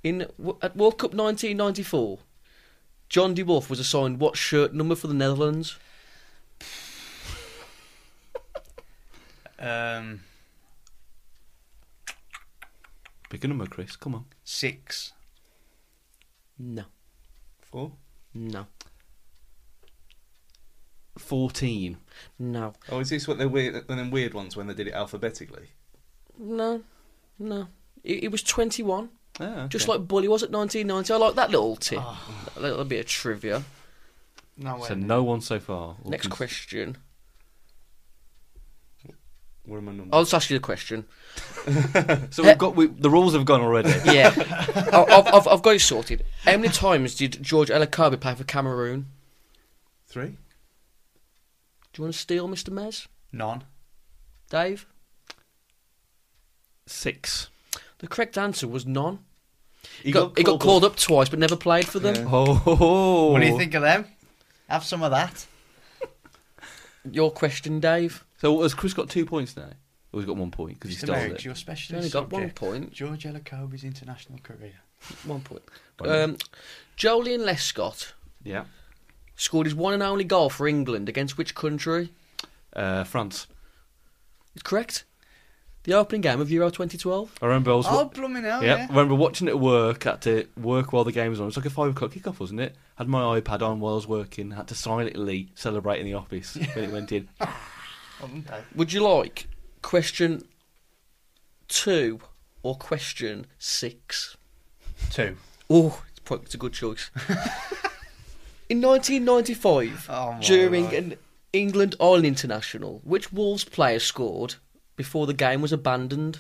S4: In w- at World Cup 1994, John De Wolf was assigned what shirt number for the Netherlands?
S2: Um,
S1: Pick a number, Chris. Come on.
S2: six.
S4: No,
S3: Four?
S4: no,
S1: Fourteen.
S4: no,
S3: Oh, is this what they weird, one of them weird ones when they did it alphabetically?
S4: no, no. It, it was 21.
S1: Ah, okay. Ah.
S4: Just like Bully was at 1990. I like that little tip. That little bit of trivia.
S2: No way.
S1: So no one so far. All
S4: Next
S1: cons-
S4: question.
S3: What am I number?
S1: Oh.
S4: I'll just ask you the question.
S1: So
S4: Eh.
S1: we've got we, the rules have gone already.
S4: Yeah, I- Oh, I've, I've, I've got it sorted. How many times did George Elakabi play for Cameroon?
S3: Three?
S4: Do you want to steal, Mr. Mez?
S2: None.
S4: Dave?
S1: Six.
S4: The correct answer was none.
S3: He
S4: He got, he got called up twice but never played for them.
S1: Oh. ho, ho.
S2: What do you think of them? Have some of that.
S4: Your question, Dave.
S1: So has Chris got two points now? Or he's got one point because he
S2: Mr.
S1: stole
S2: Merrick,
S1: it.
S2: your
S4: You
S2: specialist.
S4: only got one
S2: subject.
S4: point.
S2: George Elacobe's international career.
S4: One point.
S1: One
S4: Um, Jolien Lescott
S1: Yeah.
S4: scored his one and only goal for England against which country?
S1: Uh, France.
S4: It's correct. The opening game of Euro 2012.
S1: I remember I was.
S2: Oh,
S1: wa-
S2: blooming hell,
S1: yeah.
S2: yeah.
S1: I remember watching it at work. Had to work while the game was on. It was like a five o'clock kickoff, wasn't it? Had my iPad on while I was working. Had to silently celebrate in the office when it went in.
S4: Would you like question two or question six?
S2: Two.
S4: Oh, it's, probably, it's a good choice. In 1995,
S2: Oh, my
S4: during
S2: Lord.
S4: an England Ireland international, which Wolves player scored before the game was abandoned?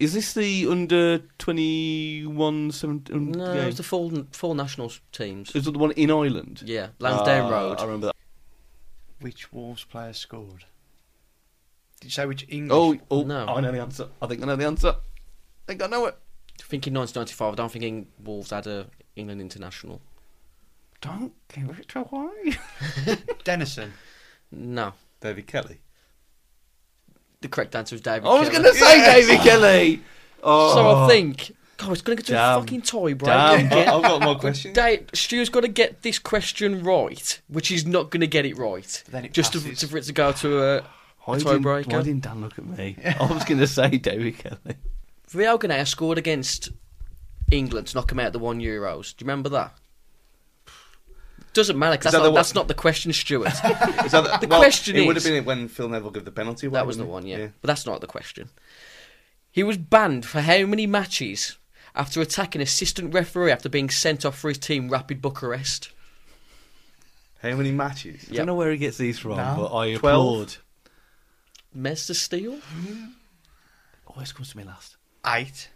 S1: Is this the under twenty one seventeen?
S4: No, it was the full full nationals teams.
S1: Is it the one in Ireland?
S4: Yeah, Lansdowne
S1: Ah,
S4: Road.
S1: I remember that.
S2: Which Wolves player scored? Did you say which English?
S1: Oh, oh
S4: No.
S1: I know the answer. I think I know the answer. I think I know it.
S4: Thinking 1995, I'm thinking Wolves had a England international.
S1: Don't give it away.
S2: Denison.
S4: No,
S3: David Kelly.
S4: the correct answer is David.
S1: I was
S4: Kelly.
S1: going to say David Kelly. Oh,
S4: So I think, God, it's going to get to
S1: Damn.
S4: a fucking tie break
S1: Damn.
S3: I-
S4: again.
S3: I've got more questions.
S4: Dave, Stu's got to get this question right, which he's not going to get it right.
S2: Then it
S4: just to,
S2: passes.
S4: to, for it to go to a, a
S1: why didn't, why
S4: tiebreaker.
S1: didn't Dan look at me? I was going to say David Kelly.
S4: Real Guinea scored against England to knock him out at the one Euros. Do you remember that? Doesn't matter 'cause
S3: Is
S4: that's,
S3: that
S4: not,
S3: the one-
S4: that's not the question, Stuart.
S3: Is that
S4: The question
S3: it
S4: is-
S3: would have been when Phil Neville gave the penalty. away,
S4: that was the
S3: wouldn't
S4: one,
S3: it?
S4: yeah. But that's not the question. He was banned for how many matches after attacking assistant referee after being sent off for his team Rapid Bucharest?
S3: How many matches?
S1: I don't know where he gets these from,
S2: No.
S1: but I
S3: Twelve.
S1: applaud.
S4: Mester Steele? Oh,
S1: Always comes to me last.
S2: Eight.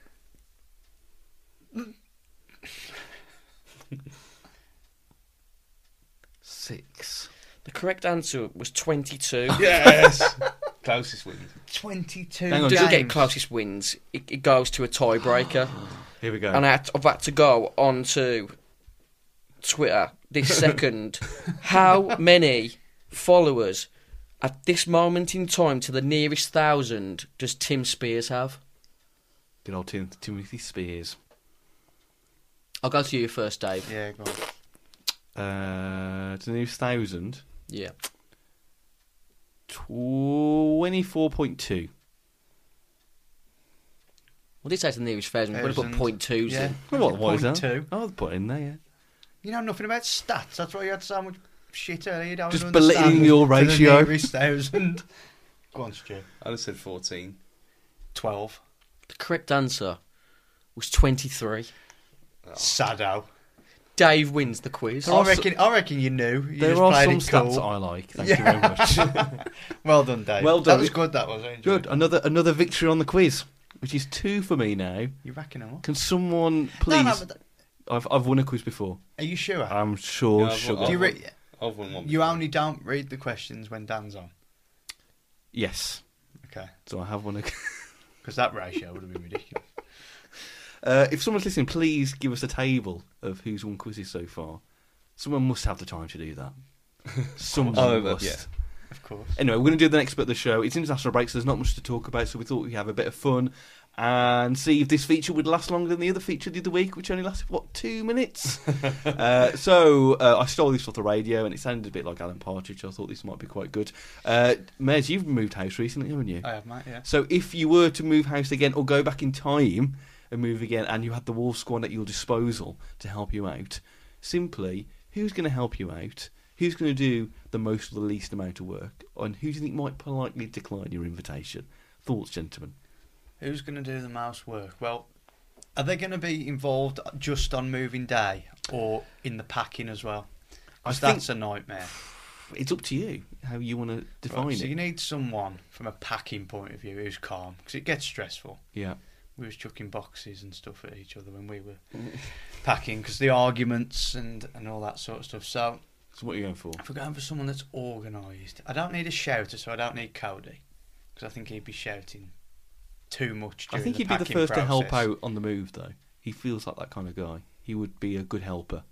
S1: Six.
S4: The correct answer was 22.
S3: Yes. Closest win.
S2: 22
S1: Hang on,
S4: Doesn't get
S2: games.
S4: closest wins. It, it goes to a tiebreaker,
S1: Here we go.
S4: and I had to, I've had to go onto Twitter this second. How many followers at this moment in time to the nearest thousand does Tim Spears have?
S1: Good old Tim, Timothy Spears.
S4: I'll go to you first, Dave.
S2: Yeah, go on.
S1: Uh, to the new thousand.
S4: Yeah,
S1: 24.2.
S4: well, did say to the nearest thousand. We're going to put
S2: Thousand.
S4: point twos
S2: Yeah.
S4: in.
S1: Well, what, what is
S2: Point
S1: that?
S2: two.
S1: Oh, I'll put it in there, yeah.
S2: You know nothing about stats. That's why you had so much shit earlier. You don't
S1: Just
S2: understand
S1: belittling your
S2: to the
S1: ratio.
S2: nearest thousand. Go on, Stu.
S3: I'd have said 14.
S2: 12.
S4: The correct answer was twenty-three.
S2: Oh. Sado.
S4: Dave wins the quiz.
S2: I reckon, I reckon you knew. You
S1: there
S2: just
S1: are some
S2: played it
S1: stats
S2: cool.
S1: I like. Thank you very much.
S2: Well done, Dave.
S1: Well
S2: That
S1: done.
S2: was good, that was. I enjoyed
S1: Good.
S2: it.
S1: Another another victory on the quiz, which is two for me now.
S2: You reckon I'm
S1: Can someone
S2: No,
S1: please?
S2: no, but that-
S1: I've I've won a quiz before.
S2: are you sure?
S1: I'm sure.
S3: Yeah, I've
S1: sugar.
S3: won-
S2: Do you,
S3: I've
S2: re-
S3: I've won one.
S2: you
S3: before.
S2: only don't read the questions when Dan's on.
S1: Yes.
S2: Okay.
S1: So I have won a.
S2: Because that ratio would have been ridiculous.
S1: Uh, if someone's listening, please give us a table of who's won quizzes so far. Someone must have the time to do that. Someone
S3: Oh,
S1: must.
S3: yeah.
S2: Of course.
S1: Anyway, we're going to do the next bit of the show. It's international break, so there's not much to talk about, so we thought we'd have a bit of fun and see if this feature would last longer than the other feature did the week, which only lasted, what, two minutes? uh, so uh, I stole this off the radio and it sounded a bit like Alan Partridge, so I thought this might be quite good. Uh, Mez, you've moved house recently, haven't you?
S2: I have, mate, yeah.
S1: So if you were to move house again or go back in time and move again and you had the Wolf Squad at your disposal to help you out, simply who's going to help you out? Who's going to do the most or the least amount of work? And who do you think might politely decline your invitation? Thoughts, gentlemen?
S2: Who's going to do the mouse work? Well, are they going to be involved just on moving day or in the packing as well?
S1: I
S2: Because
S1: think-
S2: that's a nightmare.
S1: It's up to you how you want to define
S2: Right,
S1: it.
S2: so you need someone from a packing point of view who's calm because it gets stressful.
S1: yeah.
S2: We was chucking boxes and stuff at each other when we were
S1: Mm.
S2: packing because the arguments and, and all that sort of stuff. So
S1: So what are you going for?
S2: if we're going for someone that's organised, I don't need a shouter, so I don't need Cody because I think he'd be shouting too much.
S1: I
S2: During
S1: think
S2: the
S1: he'd be the
S2: packing
S1: first to help
S2: process.
S1: out on the move, though. He feels like that kind of guy. He would be a good helper.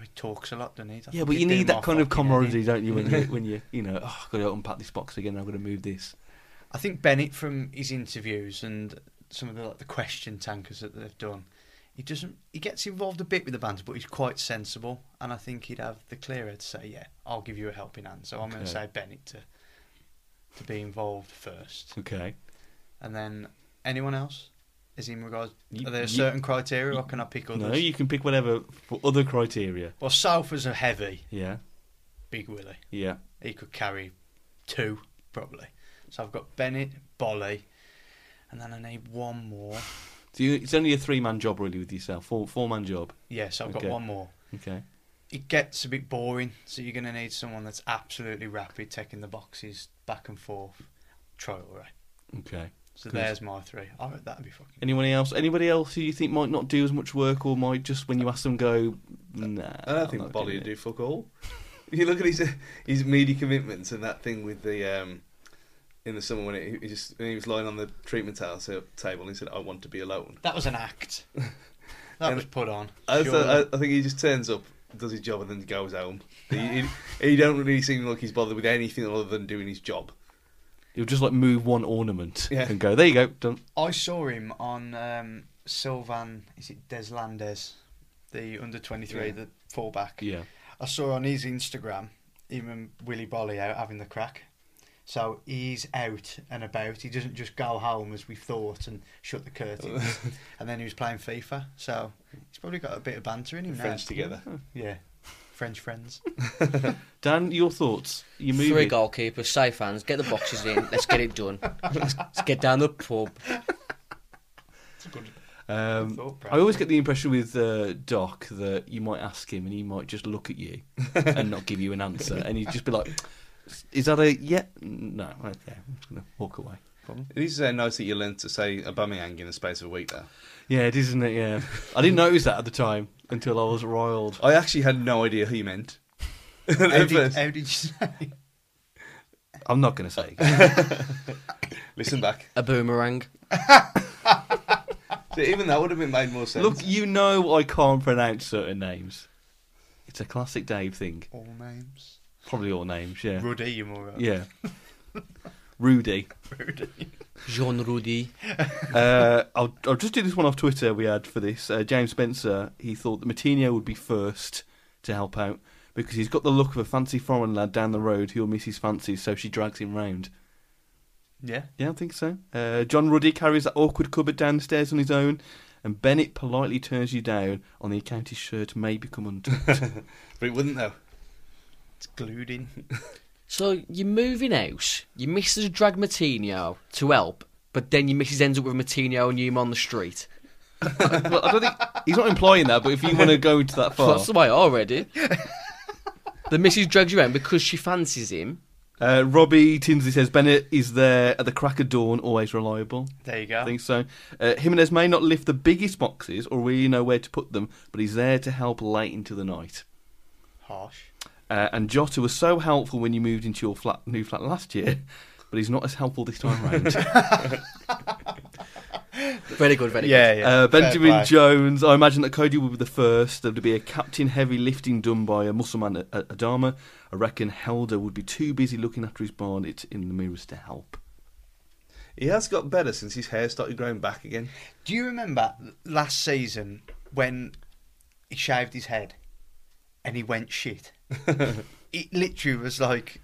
S2: He talks a lot, doesn't he? I
S1: Yeah,
S2: think
S1: but you
S2: he'd do
S1: need that
S2: more
S1: kind of
S2: fucking than him.
S1: camaraderie, don't you? When you, when you, you know, oh, I've got to unpack this box again. I've got to move this.
S2: I think Bennett from his interviews and some of the like the question tankers that they've done, he doesn't he gets involved a bit with the banter, but he's quite sensible, and I think he'd have the clearer to say, yeah, I'll give you a helping hand. So I'm going
S1: Okay.
S2: to say Bennett to to be involved first,
S1: Okay.
S2: and then anyone else. Is in regards
S1: You-
S2: are there
S1: you-
S2: certain criteria, or can I pick others?
S1: No, you can pick whatever for other criteria.
S2: Well, Southers are heavy,
S1: Yeah.
S2: Big Willie.
S1: Yeah.
S2: he could carry two probably. So I've got Bennett, Bolly, and then I need one more.
S1: So you, it's only a three-man job really with yourself. Four four-man job.
S2: Yes, I've
S1: Okay.
S2: got one more.
S1: Okay.
S2: It gets a bit boring, so you're going to need someone that's absolutely rapid, taking the boxes back and forth. Troy O'Reilly.
S1: Okay.
S2: So
S1: Good.
S2: there's my three. I reckon that'd be fucking.
S1: Anyone else? Anybody else who you think might not do as much work or might just when you ask them go, nah.
S3: I don't think Bolly would do fuck all. You look at his his media commitments and that thing with the um, in the summer when it, he just when he was lying on the treatment towel, so, table and he said, "I want to be alone."
S2: That was an act. That was put on.
S3: I, th-
S2: surely.
S3: I, I think he just turns up, does his job, and then goes home. He, he, he don't really seem like he's bothered with anything other than doing his job.
S1: You'll just like move one ornament
S3: Yeah.
S1: and go, there you go, done.
S2: I saw him on um, Sylvan. Is it Deslandes, the under twenty three,
S3: Yeah.
S2: the fullback?
S1: Yeah.
S2: I saw on his Instagram him and Willy Bolly out having the crack. So he's out and about. He doesn't just go home as we thought and shut the curtains. and then he was playing FIFA. So he's probably got a bit of banter in him now.
S3: Friends together.
S2: Yeah. French friends.
S1: Dan, your thoughts? You move
S4: Three
S1: it.
S4: goalkeepers, say fans, get the boxes in. Let's get it done. Let's, let's get down the pub.
S1: Um,
S2: thought,
S1: I always get the impression with uh, Doc that you might ask him and he might just look at you and not give you an answer, and he'd just be like, "Is that a yeah? No, right, yeah." I'm just gonna walk away.
S3: It is uh, nice that you learned to say Aubameyang in the space of a week. There,
S1: Yeah, it is, isn't it? Yeah, I didn't notice that at the time until I was riled.
S3: I actually had no idea who he meant.
S2: How
S3: At
S2: did,
S3: first.
S2: how did you say?
S1: I'm not going to say.
S3: Listen back.
S4: A boomerang.
S3: So even that would have been made more sense.
S1: Look, you know I can't pronounce certain names. It's a classic Dave thing.
S2: All names.
S1: Probably all names. Yeah,
S2: Ruddy, you're more right.
S1: yeah. Rudy.
S4: Jean Rudy.
S1: Uh, I'll, I'll just do this one off Twitter we had for this. Uh, James Spencer, he thought that Matinho would be first to help out because he's got the look of a fancy foreign lad down the road who'll miss his fancies, so she drags him round.
S2: Yeah.
S1: Yeah, I think so. Uh, John Ruddy carries that awkward cupboard downstairs on his own, and Bennett politely turns you down on the account his shirt may become untucked.
S3: but it wouldn't though.
S2: It's glued in.
S4: So you're moving out. Your missus drag Matinho to help, but then your missus ends up with Matinho and you on the street.
S1: well, I don't think he's not implying that, but if you want to go into that far,
S4: That's the way already. the missus drags you around because she fancies him.
S1: uh, Robbie Tinsley says Bennett is there at the crack of dawn, always reliable.
S2: There you go.
S1: I think so. Uh, Jimenez may not lift the biggest boxes or really know where to put them, but he's there to help late into the night.
S2: Harsh.
S1: Uh, and Jota was so helpful when you moved into your flat, new flat last year, but he's not as helpful this time round.
S4: Very good, very good.
S2: Yeah, yeah.
S1: uh, Benjamin
S2: Fair play.
S1: Jones, I imagine that Cody will be the first. There would be a captain heavy lifting done by a Musselman at, at Adama. I reckon Helder would be too busy looking after his barnet in the mirrors to help.
S3: He has got better since his hair started growing back again.
S2: Do you remember last season when he shaved his head and he went shit? it literally was like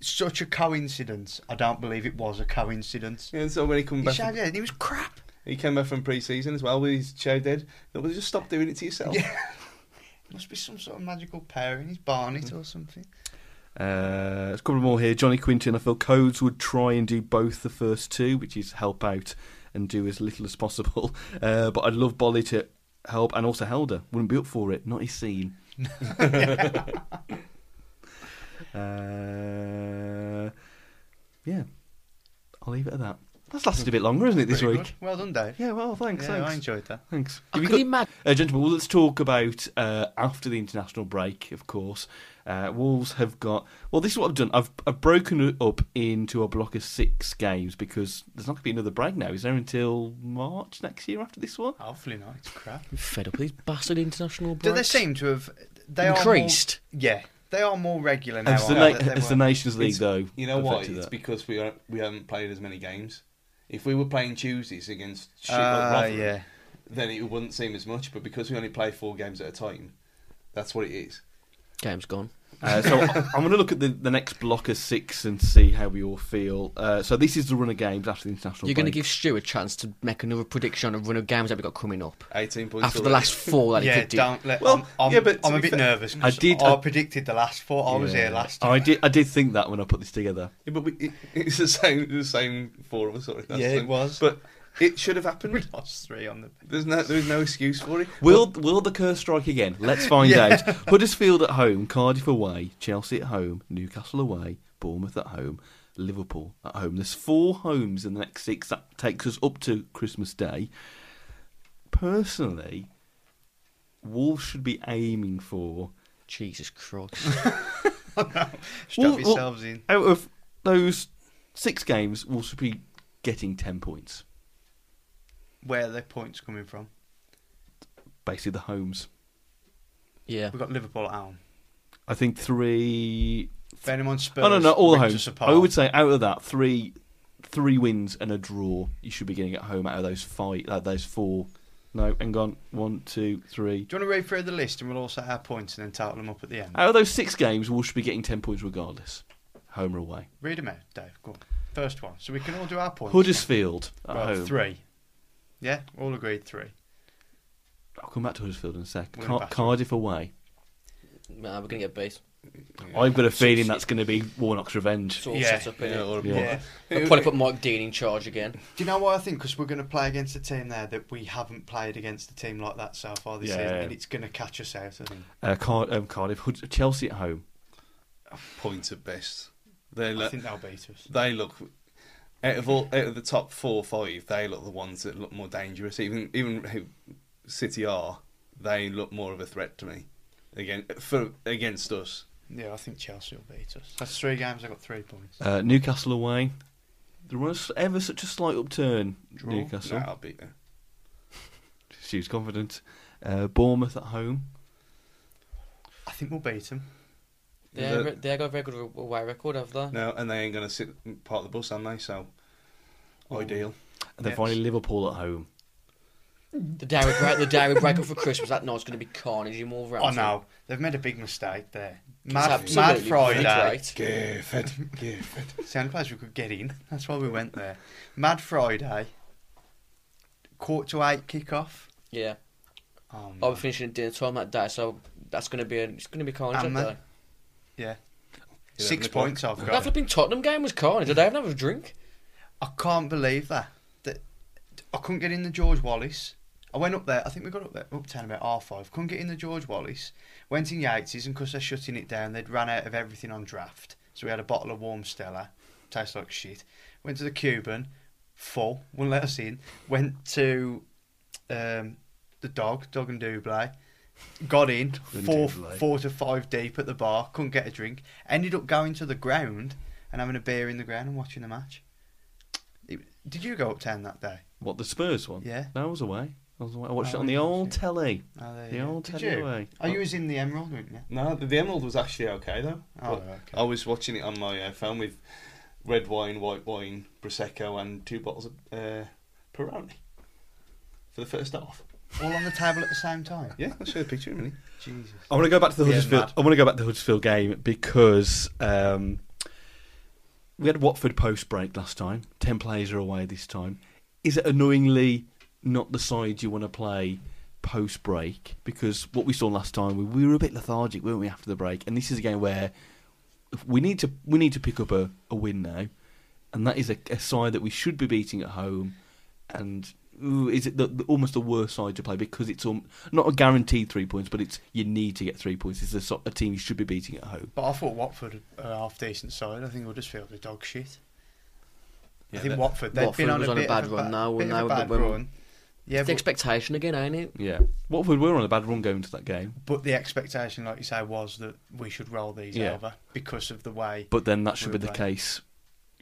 S2: such a coincidence. I don't believe it was a coincidence.
S3: And so when he come
S2: He
S3: back,
S2: shaved his head and he was crap.
S3: he came back from pre-season as well with his shaved head. He was just stop doing it to yourself.
S2: Must be some sort of magical power in his barnet or something.
S1: Uh, there's a couple more here. Johnny Quinton. I feel Codes would try and do both the first two, which is help out and do as little as possible. Uh, but I'd love Bolly to help and also Helder. Wouldn't be up for it. Not his scene. uh, yeah. I'll leave it at that. That's lasted a bit longer, isn't it, this
S2: Pretty
S1: week?
S2: good. Well done, Dave.
S1: Yeah, well, thanks.
S2: Yeah, I
S1: thanks.
S2: enjoyed that.
S1: Thanks.
S4: I
S1: Have you
S4: could
S1: got-
S4: imagine.
S1: uh, gentlemen, well, let's talk about uh, after the international break, of course. Uh, Wolves have got. Well, this is what I've done. I've, I've broken it up into a block of six games because there's not going to be another break now. Is there until March next year after this one?
S2: Hopefully not. It's crap.
S4: I'm fed up with these bastard international
S2: Do they
S4: breaks.
S2: seem to have? They
S4: Increased.
S2: Are more, yeah, they are more regular now.
S1: It's the,
S2: aren't
S1: na-
S2: they, than they
S1: it's the
S2: were?
S1: Nations League, though.
S3: You know why?
S1: affected
S3: It's
S1: that.
S3: because we are, we haven't played as many games. If we were playing Tuesdays against shit
S2: Ah,
S3: like Rotherham,
S2: yeah.
S3: then it wouldn't seem as much. But because we only play four games at a time, that's what it is.
S4: Game's gone.
S1: Uh, so I'm going to look at the, the next block of six and see how we all feel. Uh, so this is the run of games after the international
S4: You're
S1: break.
S4: going to give Stu a chance to make another prediction on a run of games that we've got coming up.
S3: Eighteen points
S4: After the
S3: already.
S4: last four that he
S2: Yeah,
S4: could do.
S2: don't let.
S3: Well,
S2: I'm, I'm,
S3: yeah, but to
S2: I'm a
S3: be
S2: bit
S3: fair-
S2: nervous.
S1: I did-
S2: I,
S1: I-
S2: predicted the last four. I was
S1: Yeah.
S2: here last.
S1: I did. I did think that when I put this together.
S3: Yeah, but we, it, it's the same. The same four of us. Sorry, that's
S2: Yeah,
S3: the-
S2: it was.
S3: But it should have happened.
S2: lost three on the.
S3: There's no there's no excuse for it.
S1: Will will the curse strike again? Let's find out. Huddersfield at home, Cardiff away, Chelsea at home, Newcastle away, Bournemouth at home, Liverpool at home. There's four homes in the next six. That takes us up to Christmas Day. Personally, Wolves should be aiming for
S4: Jesus Christ.
S2: Strap
S1: Well, well,
S2: yourselves in.
S1: out of those six games, will be getting 10 points.
S2: Where are the points coming from?
S1: Basically, the homes.
S4: Yeah.
S2: We've got Liverpool at home.
S1: I think three.
S2: If anyone's Spurs,
S1: Oh no, no, all the
S2: ripped us
S1: homes.
S2: apart.
S1: I would say out of that three, three wins and a draw, you should be getting at home out of those five, uh, those four. No, and gone one, two, three.
S2: Do you want to read through the list and we'll all set our points and then total them up at the end?
S1: Out of those six games, we should be getting ten points regardless, home or away.
S2: Read them out, Dave. Go on. First one. So we can all do our points.
S1: Huddersfield at
S2: Well,
S1: home.
S2: three. Yeah, all agreed three.
S1: I'll come back to Huddersfield in a sec.
S2: We're
S1: Car-
S2: back.
S1: Cardiff away.
S4: Nah, we're going to get beat.
S1: I've got a feeling that's going to be Warnock's revenge.
S4: It's all
S2: Yeah.
S4: set up
S3: Yeah,
S4: in it.
S3: or a-
S1: Yeah.
S2: Yeah.
S4: They'll probably put Mike Dean in charge again.
S2: Do you know what I think? Because we're going to play against a team there that we haven't played against a team like that so far this
S1: Yeah.
S2: season, and it's going to catch us out. I think.
S1: Uh, Car- um, Cardiff, Hud- Chelsea at home.
S3: point at best. They
S2: I
S3: look,
S2: think they'll beat us.
S3: they look out of all out of the top four or five. They look the ones that look more dangerous. Even even who City are, they look more of a threat to me. Again, for against us,
S2: Yeah, I think Chelsea will beat us. That's three games. I got three points.
S1: Uh, Newcastle away. There was ever such a slight upturn.
S2: Draw.
S1: Newcastle.
S3: nah, I'll beat them.
S1: She was confident. Uh, Bournemouth at home.
S2: I think we'll beat them.
S4: They're,
S3: That-
S4: they got a very good away record, have they?
S3: No, and they ain't gonna sit part of the bus, are they? So ideal.
S1: And then
S2: Yes.
S1: finally Liverpool at home.
S4: The dairy break, the dairy break up for Christmas. That night's going to be carnage in
S2: Oh
S4: Wolverhampton.
S2: no, they've made a big mistake there.
S4: It's
S2: Mad, Mad
S4: absolutely
S2: Friday.
S4: great.
S3: Gifford, Gifford.
S2: It's the only place we could get in. That's why we went there. Mad Friday. Quarter to eight kickoff.
S4: Yeah,
S2: Oh, no.
S4: I'll be finishing at dinner time that day, so that's going to be a, it's going to be carnage.
S2: And
S4: that
S2: that-
S4: day.
S2: yeah.
S3: Eleven
S2: Six
S3: o'clock.
S2: points I've
S4: That
S2: got.
S4: flipping Tottenham game was carnage. Did I even have a drink?
S2: I can't believe that. that. I couldn't get in the George Wallace. I went up there. I think we got up there up ten about half five. Couldn't get in the George Wallace. Went in Yates's, and because they're shutting it down, they'd ran out of everything on draft. So we had a bottle of warm Stella. Tastes like shit. Went to the Cuban. Full. Wouldn't let us in. Went to um, the dog, dog and Dublé. Got in
S1: and
S2: four,
S1: Dublé.
S2: four to five deep at the bar. Couldn't get a drink. Ended up going to the ground and having a beer in the ground and watching the match. It- Did you go up town that day?
S1: What the Spurs one?
S2: Yeah.
S1: that was away. I was away. I watched
S2: Oh,
S1: it on the
S2: yeah,
S1: old
S2: yeah.
S1: telly.
S2: Oh, there
S1: The
S2: you go.
S1: old
S2: Did
S1: telly
S2: you?
S1: way.
S2: Oh, you was in the Emerald, weren't you?
S3: No, the, the Emerald was actually okay though.
S2: Oh,
S3: But
S2: okay.
S3: I was watching it on my uh, phone with red wine, white wine, prosecco, and two bottles of uh, Peroni for the first half.
S2: All on the table at the same time.
S3: Yeah, I'll show you a picture in a minute.
S2: Jesus.
S1: I want to go back to the
S2: Yeah,
S1: Huddersfield.
S2: mad.
S1: I want to go back to the Huddersfield game because um, we had Watford post break last time. Ten players are away this time. Is it annoyingly not the side you want to play post break? Because what we saw last time, we, we were a bit lethargic, weren't we, after the break? And this is a game where we need to we need to pick up a, a win now, and that is a, a side that we should be beating at home. And ooh, is it the, the, almost the worst side to play because it's um, not a guaranteed three points, but it's you need to get three points. It's a, so- a team you should be beating at home.
S2: But I thought Watford are a half decent side. I think Huddersfield are dog shit.
S3: Yeah,
S2: I think
S3: that-
S2: Watford they've
S4: Watford
S2: been on
S4: was
S2: a
S4: on a
S2: bit
S4: bad
S2: of
S4: run
S2: ba-
S4: now,
S2: bit
S4: and
S2: of a
S4: now
S2: bad
S4: they're-
S2: run. Yeah,
S4: It's
S2: but,
S4: the expectation again, ain't it?
S1: Yeah, Watford were on a bad run going into that game,
S2: but the expectation, like you say, was that we should roll these
S1: Yeah.
S2: over because of the way.
S1: but then that should
S2: We
S1: be the
S2: were
S1: case.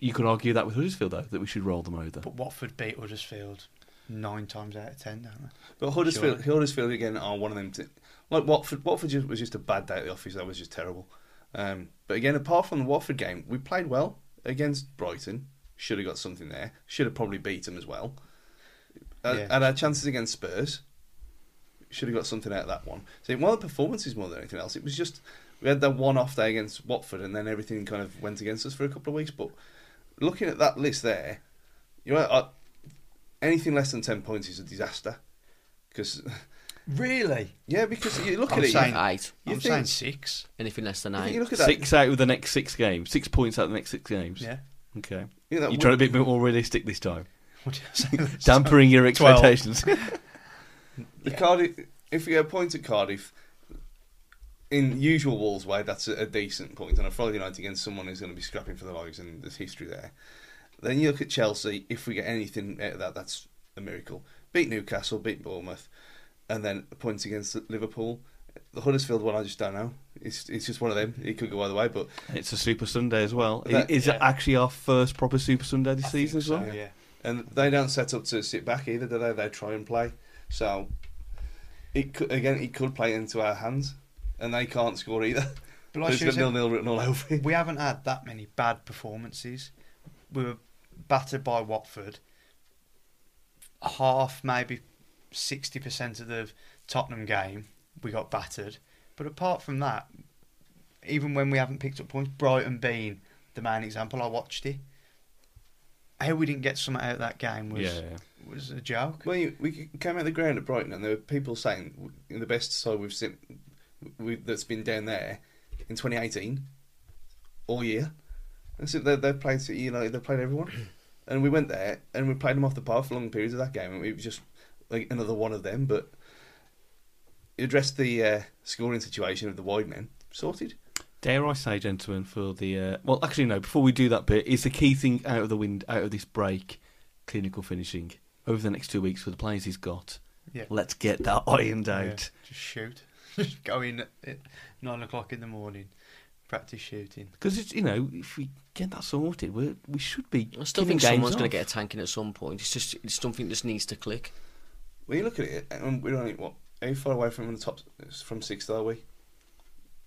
S1: You could argue that with Huddersfield though that we should roll them over.
S2: But Watford beat Huddersfield nine times out of ten, don't they?
S3: But Huddersfield, Huddersfield again are one of them. T- like Watford, Watford just, was just a bad day at the office. That was just terrible. Um, but again, apart from the Watford game, we played well against Brighton. Should have got something there. Should have probably beat them as well. Uh,
S2: Yeah.
S3: And our chances against Spurs, should have got something out of that one. So it wasn't the performances more than anything else. It was just we had that one off day against Watford, and then everything kind of went against us for a couple of weeks. But looking at that list there, you know, I, anything less than ten points is a disaster. Because
S2: Really?
S3: yeah, because you look
S2: I'm
S3: at it, you-
S2: saying-
S4: Eight.
S3: You
S2: I'm
S3: think-
S2: saying six.
S4: Anything less than
S3: you,
S4: eight.
S3: look at that.
S1: Six out of the next six games, six points out of the next six games.
S2: Yeah.
S1: Okay,
S3: You know,
S1: you're
S3: that
S1: trying to be a bit more realistic this time,
S2: What did I say?
S1: dampering your
S2: Twelve.
S1: expectations.
S3: The Cardiff, if we get a point at Cardiff, in usual Wolves way, that's a, a decent point on a Friday night against someone who's going to be scrapping for their lives, and there's history there. Then you look at Chelsea. If we get anything out of that, that's a miracle. Beat Newcastle, beat Bournemouth, and then a point against Liverpool. The Huddersfield one, I just don't know. It's it's just one of them. It could go either way, but
S1: It's a Super Sunday as well. I-
S3: That-
S1: Is
S3: yeah.
S1: it actually our first proper Super Sunday this season as well?
S2: yeah.
S3: and they don't set up to sit back either, do they? They try and play. So it could, again, it could play into our hands, and they can't score either.
S2: But like
S3: It's
S2: she
S3: got
S2: said-
S3: nil nil written all over it.
S2: We haven't had that many bad performances. We were battered by Watford. Half, maybe 60% of the Tottenham game, we got battered. But apart from that, even when we haven't picked up points, Brighton being the main example, I watched it. How we didn't get something out of that game was
S1: Yeah, yeah.
S2: was a joke.
S3: Well, you, we came out of the ground at Brighton, and there were people saying "You're the best side we've seen we, that's been down there in 2018 all year. And so they, they've played City United, they've played everyone, and we went there and we played them off the park for long periods of that game, and it was just like another one of them. But it addressed the uh, scoring situation of the wide men, sorted.
S1: Dare I say, gentlemen, for the uh, well, actually no. Before we do that bit, is the key thing out of the wind, out of this break, clinical finishing over the next two weeks with the players he's got.
S2: Yeah.
S1: Let's get that ironed out.
S2: Yeah, just shoot. Just go in at at nine o'clock in the morning, practice shooting.
S1: Because it's you know if we get that sorted, we we should be.
S4: I still
S1: giving
S4: think
S1: games
S4: someone's going
S1: off.
S4: to get a tanking at some point. It's just it's something that just needs to click.
S3: When you look at it, and we're only what how far away from the top from sixth are we?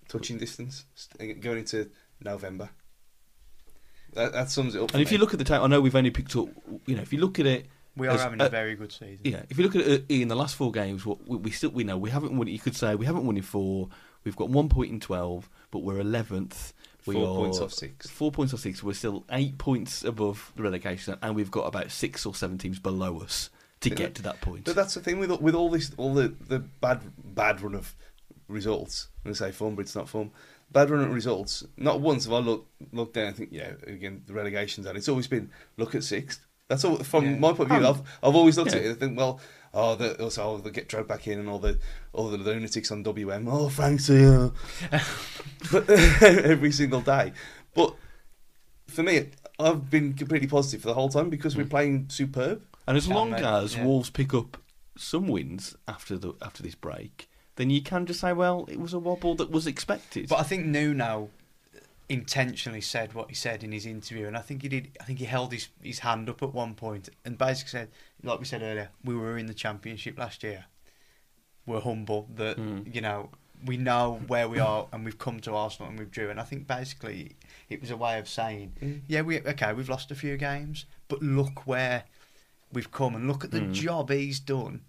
S3: Touching distance, st- going into November. That, that sums it up.
S1: And if you look at the time, I know we've only picked up. You know, if you look at it,
S2: We are
S1: as-
S2: having
S1: uh,
S2: a very good season.
S1: Yeah, if you look at it in the last four games, what we, we still we know we haven't won. You could say we haven't won in four. We've got one point in twelve, but we're eleventh. We
S3: Four
S1: are
S3: points off sixth.
S1: Four points off six. We're still eight points above the relegation, and we've got about six or seven teams below us to get to that point.
S3: But that's the thing with with all this, all the, the bad bad run of results. When I say form, but it's not form. Bad run of results. Not once have I looked looked down and think, yeah, again the relegation's out. It's always been look at sixth. That's all from my point of view. I've, I've always looked at it and think, well, oh, the, also oh, they'll get dragged back in and all the all the lunatics on WM. Oh, Frank's here. but every single day. But for me, I've been completely positive for the whole time because we're playing superb.
S1: and as long
S2: mate,
S1: as
S2: yeah.
S1: Wolves pick up some wins after the after this break, then you can just say, well, it was a wobble that was expected.
S2: But I think Nuno intentionally said what he said in his interview, and I think he did. I think he held his, his hand up at one point and basically said, like we said earlier, we were in the championship last year. We're humble that you know we know where we are, and we've come to Arsenal and we've drew. And I think basically it was a way of saying, yeah, we okay, we've lost a few games, but look where we've come, and look at the job he's done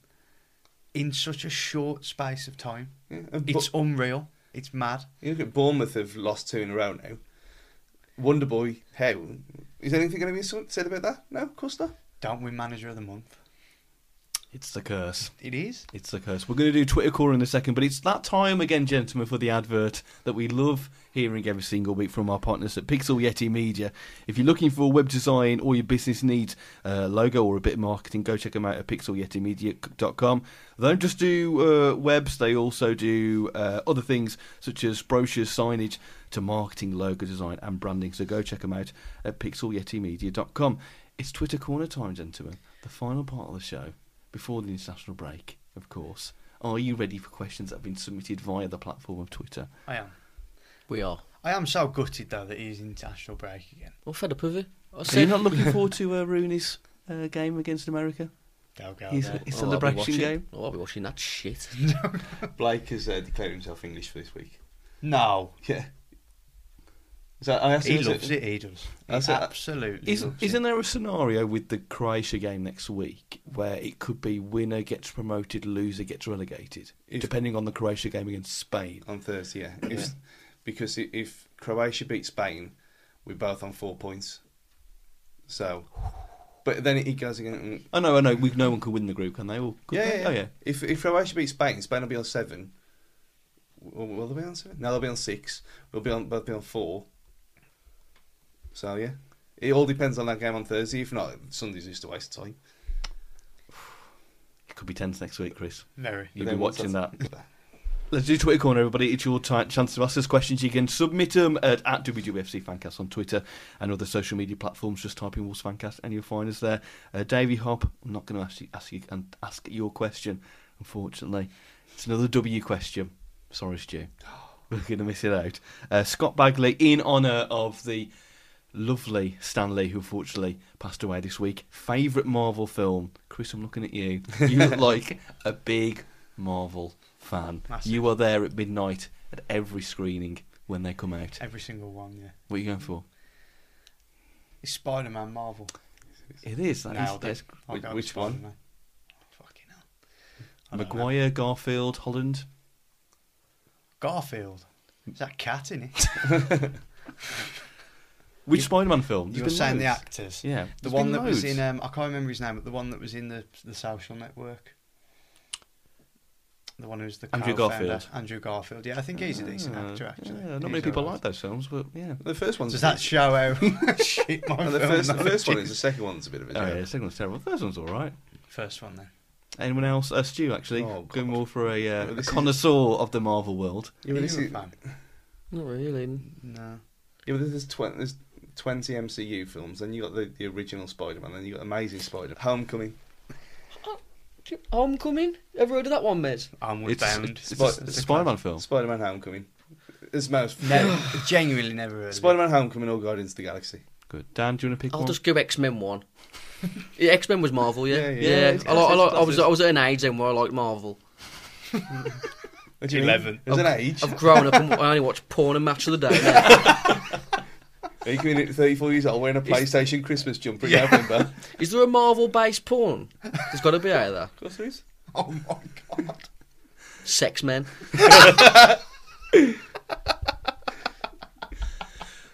S2: in such a short space of time.
S3: Yeah, and bu-
S2: It's unreal. It's mad.
S3: You look at Bournemouth have lost two in a row now. Wonderboy, hey, is anything going to be so- said about that? No, of course not.
S2: Don't win manager of the month.
S1: it's the curse.
S2: It is.
S1: It's the curse. We're going to do Twitter corner in a second, but it's that time again, gentlemen, for the advert that we love hearing every single week from our partners at Pixel Yeti Media. If you're looking for web design or your business needs a logo or a bit of marketing, go check them out at pixelyetimedia.com. They don't just do uh, webs, they also do uh, other things such as brochures, signage, to marketing, logo design, and branding. So go check them out at pixelyetimedia.com. It's Twitter corner time, gentlemen. The final part of the show before the international break, of course. Are you ready for questions that have been submitted via the platform of Twitter?
S2: I am.
S4: We are.
S2: I am so gutted though that he's international break again.
S4: I'm fed up with it. I
S1: So you're
S4: said,
S1: not looking forward to uh, Rooney's uh, game against America?
S2: Go go.
S1: His, his
S2: there.
S4: oh, I'll be
S1: celebration
S4: watching-
S1: game?
S4: Oh, I'll be watching that shit.
S3: Blake has uh, declared himself English for this week.
S2: No,
S3: Yeah. So I asked him,
S2: he
S3: is
S2: loves it. He does. He
S3: That's it.
S2: absolutely
S1: Is,
S2: loves
S1: isn't
S2: it.
S1: there a scenario with the Croatia game next week where it could be winner gets promoted, loser gets relegated,
S3: If-
S1: depending on the Croatia game against Spain?
S3: on Thursday. Yeah, If- because i- if Croatia beats Spain, we're both on four points. So, but then it goes again. mm,
S1: Oh no, I know. We, no one could win the group, can they? All could
S3: Yeah,
S1: they?
S3: yeah,
S1: oh yeah.
S3: If if Croatia beats Spain, Spain will be on seven. Will, will they be on seven? No, they'll be on six. We'll be on both be on four. So yeah, it all depends on that game on Thursday. If not, Sunday's just a waste of time.
S1: It could be tense next week, Chris.
S2: very?
S1: You'll
S3: But
S1: be
S3: then once
S1: watching that.
S3: that's-
S1: Let's do Twitter Corner, everybody. It's your ti- chance to ask us questions. You can submit them at, at WWFC Fancast on Twitter and other social media platforms. Just type in Wolves Fancast and you'll find us there. Uh, Davey Hop, I'm not going to ask you, ask you and ask your question, unfortunately. It's another W question. Sorry, Stu. We're going to miss it out. Uh, Scott Bagley, in honour of the lovely Stanley, who unfortunately passed away this week. Favourite Marvel film? Chris, I'm looking at you. You look like a big Marvel fan.
S2: Massive.
S1: You are there at midnight at every screening when they come out.
S2: Every single one, yeah.
S1: What are you going for?
S2: It's Spider Man Marvel.
S1: It is. That is
S2: Nailed
S1: that's,
S2: it. I'll
S1: which
S2: go with
S1: which one?
S2: Spider-Man. Fucking hell. I don't know.
S1: Maguire, Garfield, Holland.
S2: Garfield. Is that cat in it?
S1: Which Spider-Man film?
S2: you were
S1: There's been
S2: saying the
S1: loads.
S2: actors.
S1: Yeah,
S2: The
S1: there's
S2: one
S1: been
S2: that was
S1: loads.
S2: in, um, I can't remember his name, but the one that was in the the social network. The one who's the
S1: Andrew
S2: co-founder.
S1: Garfield.
S2: Andrew Garfield. Yeah, I think he's a decent
S1: Ah,
S2: actor, actually.
S1: Yeah, not
S2: He's
S1: many people
S2: alright.
S1: like those films, but yeah.
S3: The first one's
S2: Does that show how shit my
S3: No, the
S2: film
S3: first, the
S2: knowledge
S3: first one is.
S2: is?
S3: The second one's a bit of a
S1: Oh,
S3: joke.
S1: yeah, the second one's terrible. The first one's all right.
S2: First one, then.
S1: Anyone else? Uh, Stu, actually,
S3: Oh,
S1: going
S3: God.
S1: more for a, uh,
S3: Well,
S1: a
S3: this is-
S1: connoisseur of the Marvel world.
S3: Yeah,
S2: Are you
S3: but this
S2: a
S3: is,
S2: fan?
S4: Not really.
S2: No.
S3: yeah, but there's, twen- there's 20 MCU films, then you got the, the original Spider Man, then you got Amazing Spider Homecoming.
S4: Homecoming? Ever heard of that one, Mez?
S2: Onward
S1: it's
S2: Bound.
S1: it's,
S3: Spi-
S1: a Spider-Man film.
S3: Spider Man Homecoming. It's most.
S2: Never, genuinely never heard of it.
S3: Spider Man Homecoming or Guardians of the Galaxy.
S1: Good. Dan, do you want to pick
S4: I'll
S1: one?
S4: just go X Men one. yeah, X Men was Marvel, yeah.
S3: Yeah,
S4: Yeah,
S3: yeah.
S1: Yeah,
S4: I, like, I, like, I was
S1: classic.
S4: I was at an age then where I liked Marvel.
S3: What do you mean?
S2: Eleven.
S3: It was an age.
S4: I've grown up and I only watch porn and match of the day. now.
S3: Are you coming in at 34 years old wearing a PlayStation Christmas jumper in November? of
S4: Is there a Marvel based porn? There's got to be out there.
S3: course there is.
S2: Oh my god.
S4: Sex Men.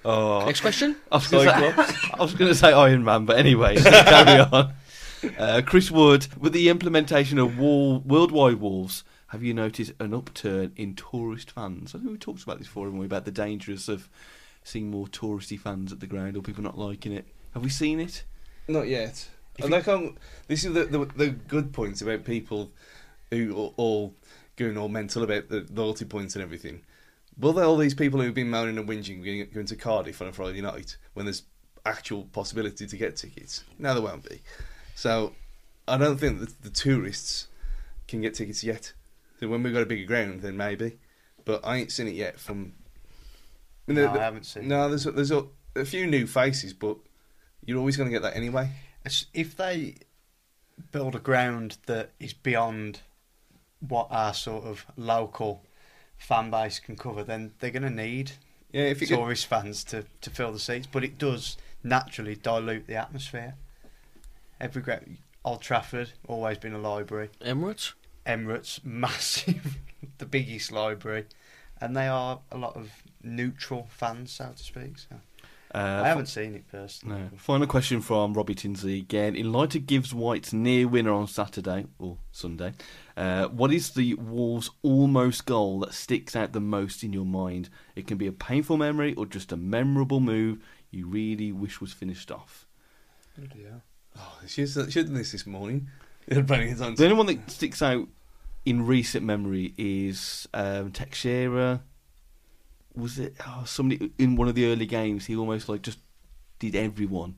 S1: Oh,
S4: Next question.
S1: I was going to say Iron Man, but anyway, so carry on. Uh, Chris Wood, with the implementation of wall, worldwide wolves, have you noticed an upturn in tourist fans? I think we talked about this before, haven't we, about the dangers of seeing more touristy fans at the ground or people not liking it. Have we seen it?
S3: Not yet. And I can't, this is the, the the good point about people who are all going all mental about the loyalty points and everything. Will there all these people who've been moaning and whinging going, going to Cardiff on a Friday night when there's actual possibility to get tickets? No, there won't be. So I don't think that the tourists can get tickets yet. So when we've got a bigger ground, then maybe. But I ain't seen it yet from. I mean,
S2: No,
S3: there-
S2: I haven't seen
S3: No, there's a, there's a, a few new faces, but you're always going to get that anyway.
S2: It's- If they build a ground that is beyond what our sort of local fan base can cover, then they're going to need
S3: Yeah, if you could,
S2: tourist fans to, to fill the seats. But it does naturally dilute the atmosphere. Every great Old Trafford always been a library.
S4: Emirates.
S2: Emirates massive, the biggest library, and they are a lot of neutral fans, so to speak. So
S1: Uh,
S2: I haven't seen it personally.
S1: No. Final question from Robbie Tinsley again. In light of Gibbs White's near winner on Saturday or Sunday, uh, what is the Wolves' almost goal that sticks out the most in your mind? It can be a painful memory or just a memorable move you really wish was finished off.
S3: oh, she should this this morning. They're running it on.
S1: The only one that sticks out in recent memory is um, Teixeira. Was it oh, somebody in one of the early games? He almost like just did everyone.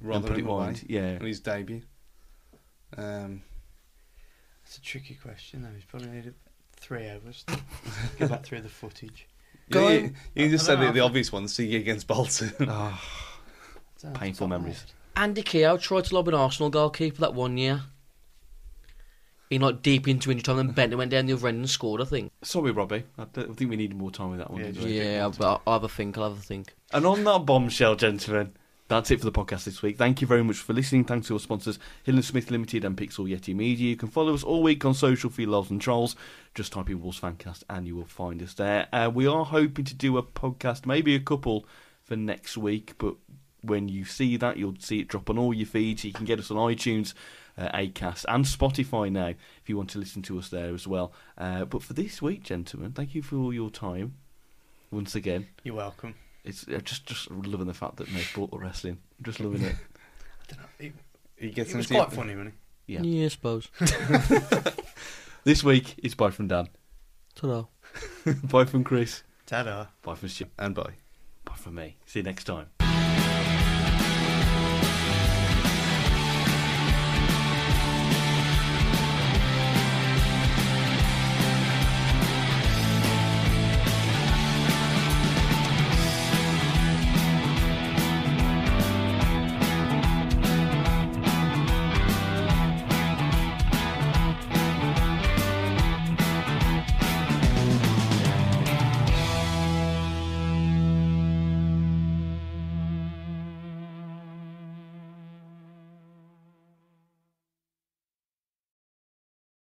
S3: rather
S1: put
S3: than
S1: it
S3: away
S1: wide, yeah.
S3: on his debut. Um,
S2: It's a tricky question though. He's probably needed three hours to get back through the footage.
S3: you,
S4: Go
S3: you, you just
S2: I
S3: said
S2: don't
S3: the, the
S2: know.
S3: obvious one, Siggy against Bolton.
S1: Ah,
S2: Don't-
S1: Painful
S2: don't
S1: memories.
S2: know.
S4: Andy Keogh tried to lob an Arsenal goalkeeper that one year. He like deep into injury time and bent and went down the other end and scored. I think.
S1: sorry, Robbie. I, don't- I think we needed more time with that one.
S2: Yeah,
S1: didn't
S2: just
S1: we?
S4: Yeah, but I'll have a think. I'll have a think.
S1: And on that bombshell, gentlemen, that's it for the podcast this week. Thank you very much for listening. Thanks to our sponsors, Hill and Smith Limited and Pixel Yeti Media. You can follow us all week on social for your loves and trolls. Just type in Wolves Fancast and you will find us there. Uh, we are hoping to do a podcast, maybe a couple, for next week, but when you see that, you'll see it drop on all your feeds. You can get us on iTunes, uh, Acast, and Spotify now if you want to listen to us there as well. Uh, but for this week, gentlemen, thank you for all your time once again.
S2: You're welcome.
S1: It's uh, just just loving the fact that Meg bought the wrestling. I'm just loving it.
S2: I don't know. It,
S3: he gets
S2: it was
S3: into
S2: quite funny, wasn't it?
S1: Yeah.
S4: Yeah, I suppose.
S1: This week it's bye from Dan,
S4: Ta-da.
S1: bye from Chris,
S2: Ta-da.
S1: bye from Stu,
S3: And bye.
S1: bye from me. See you next time.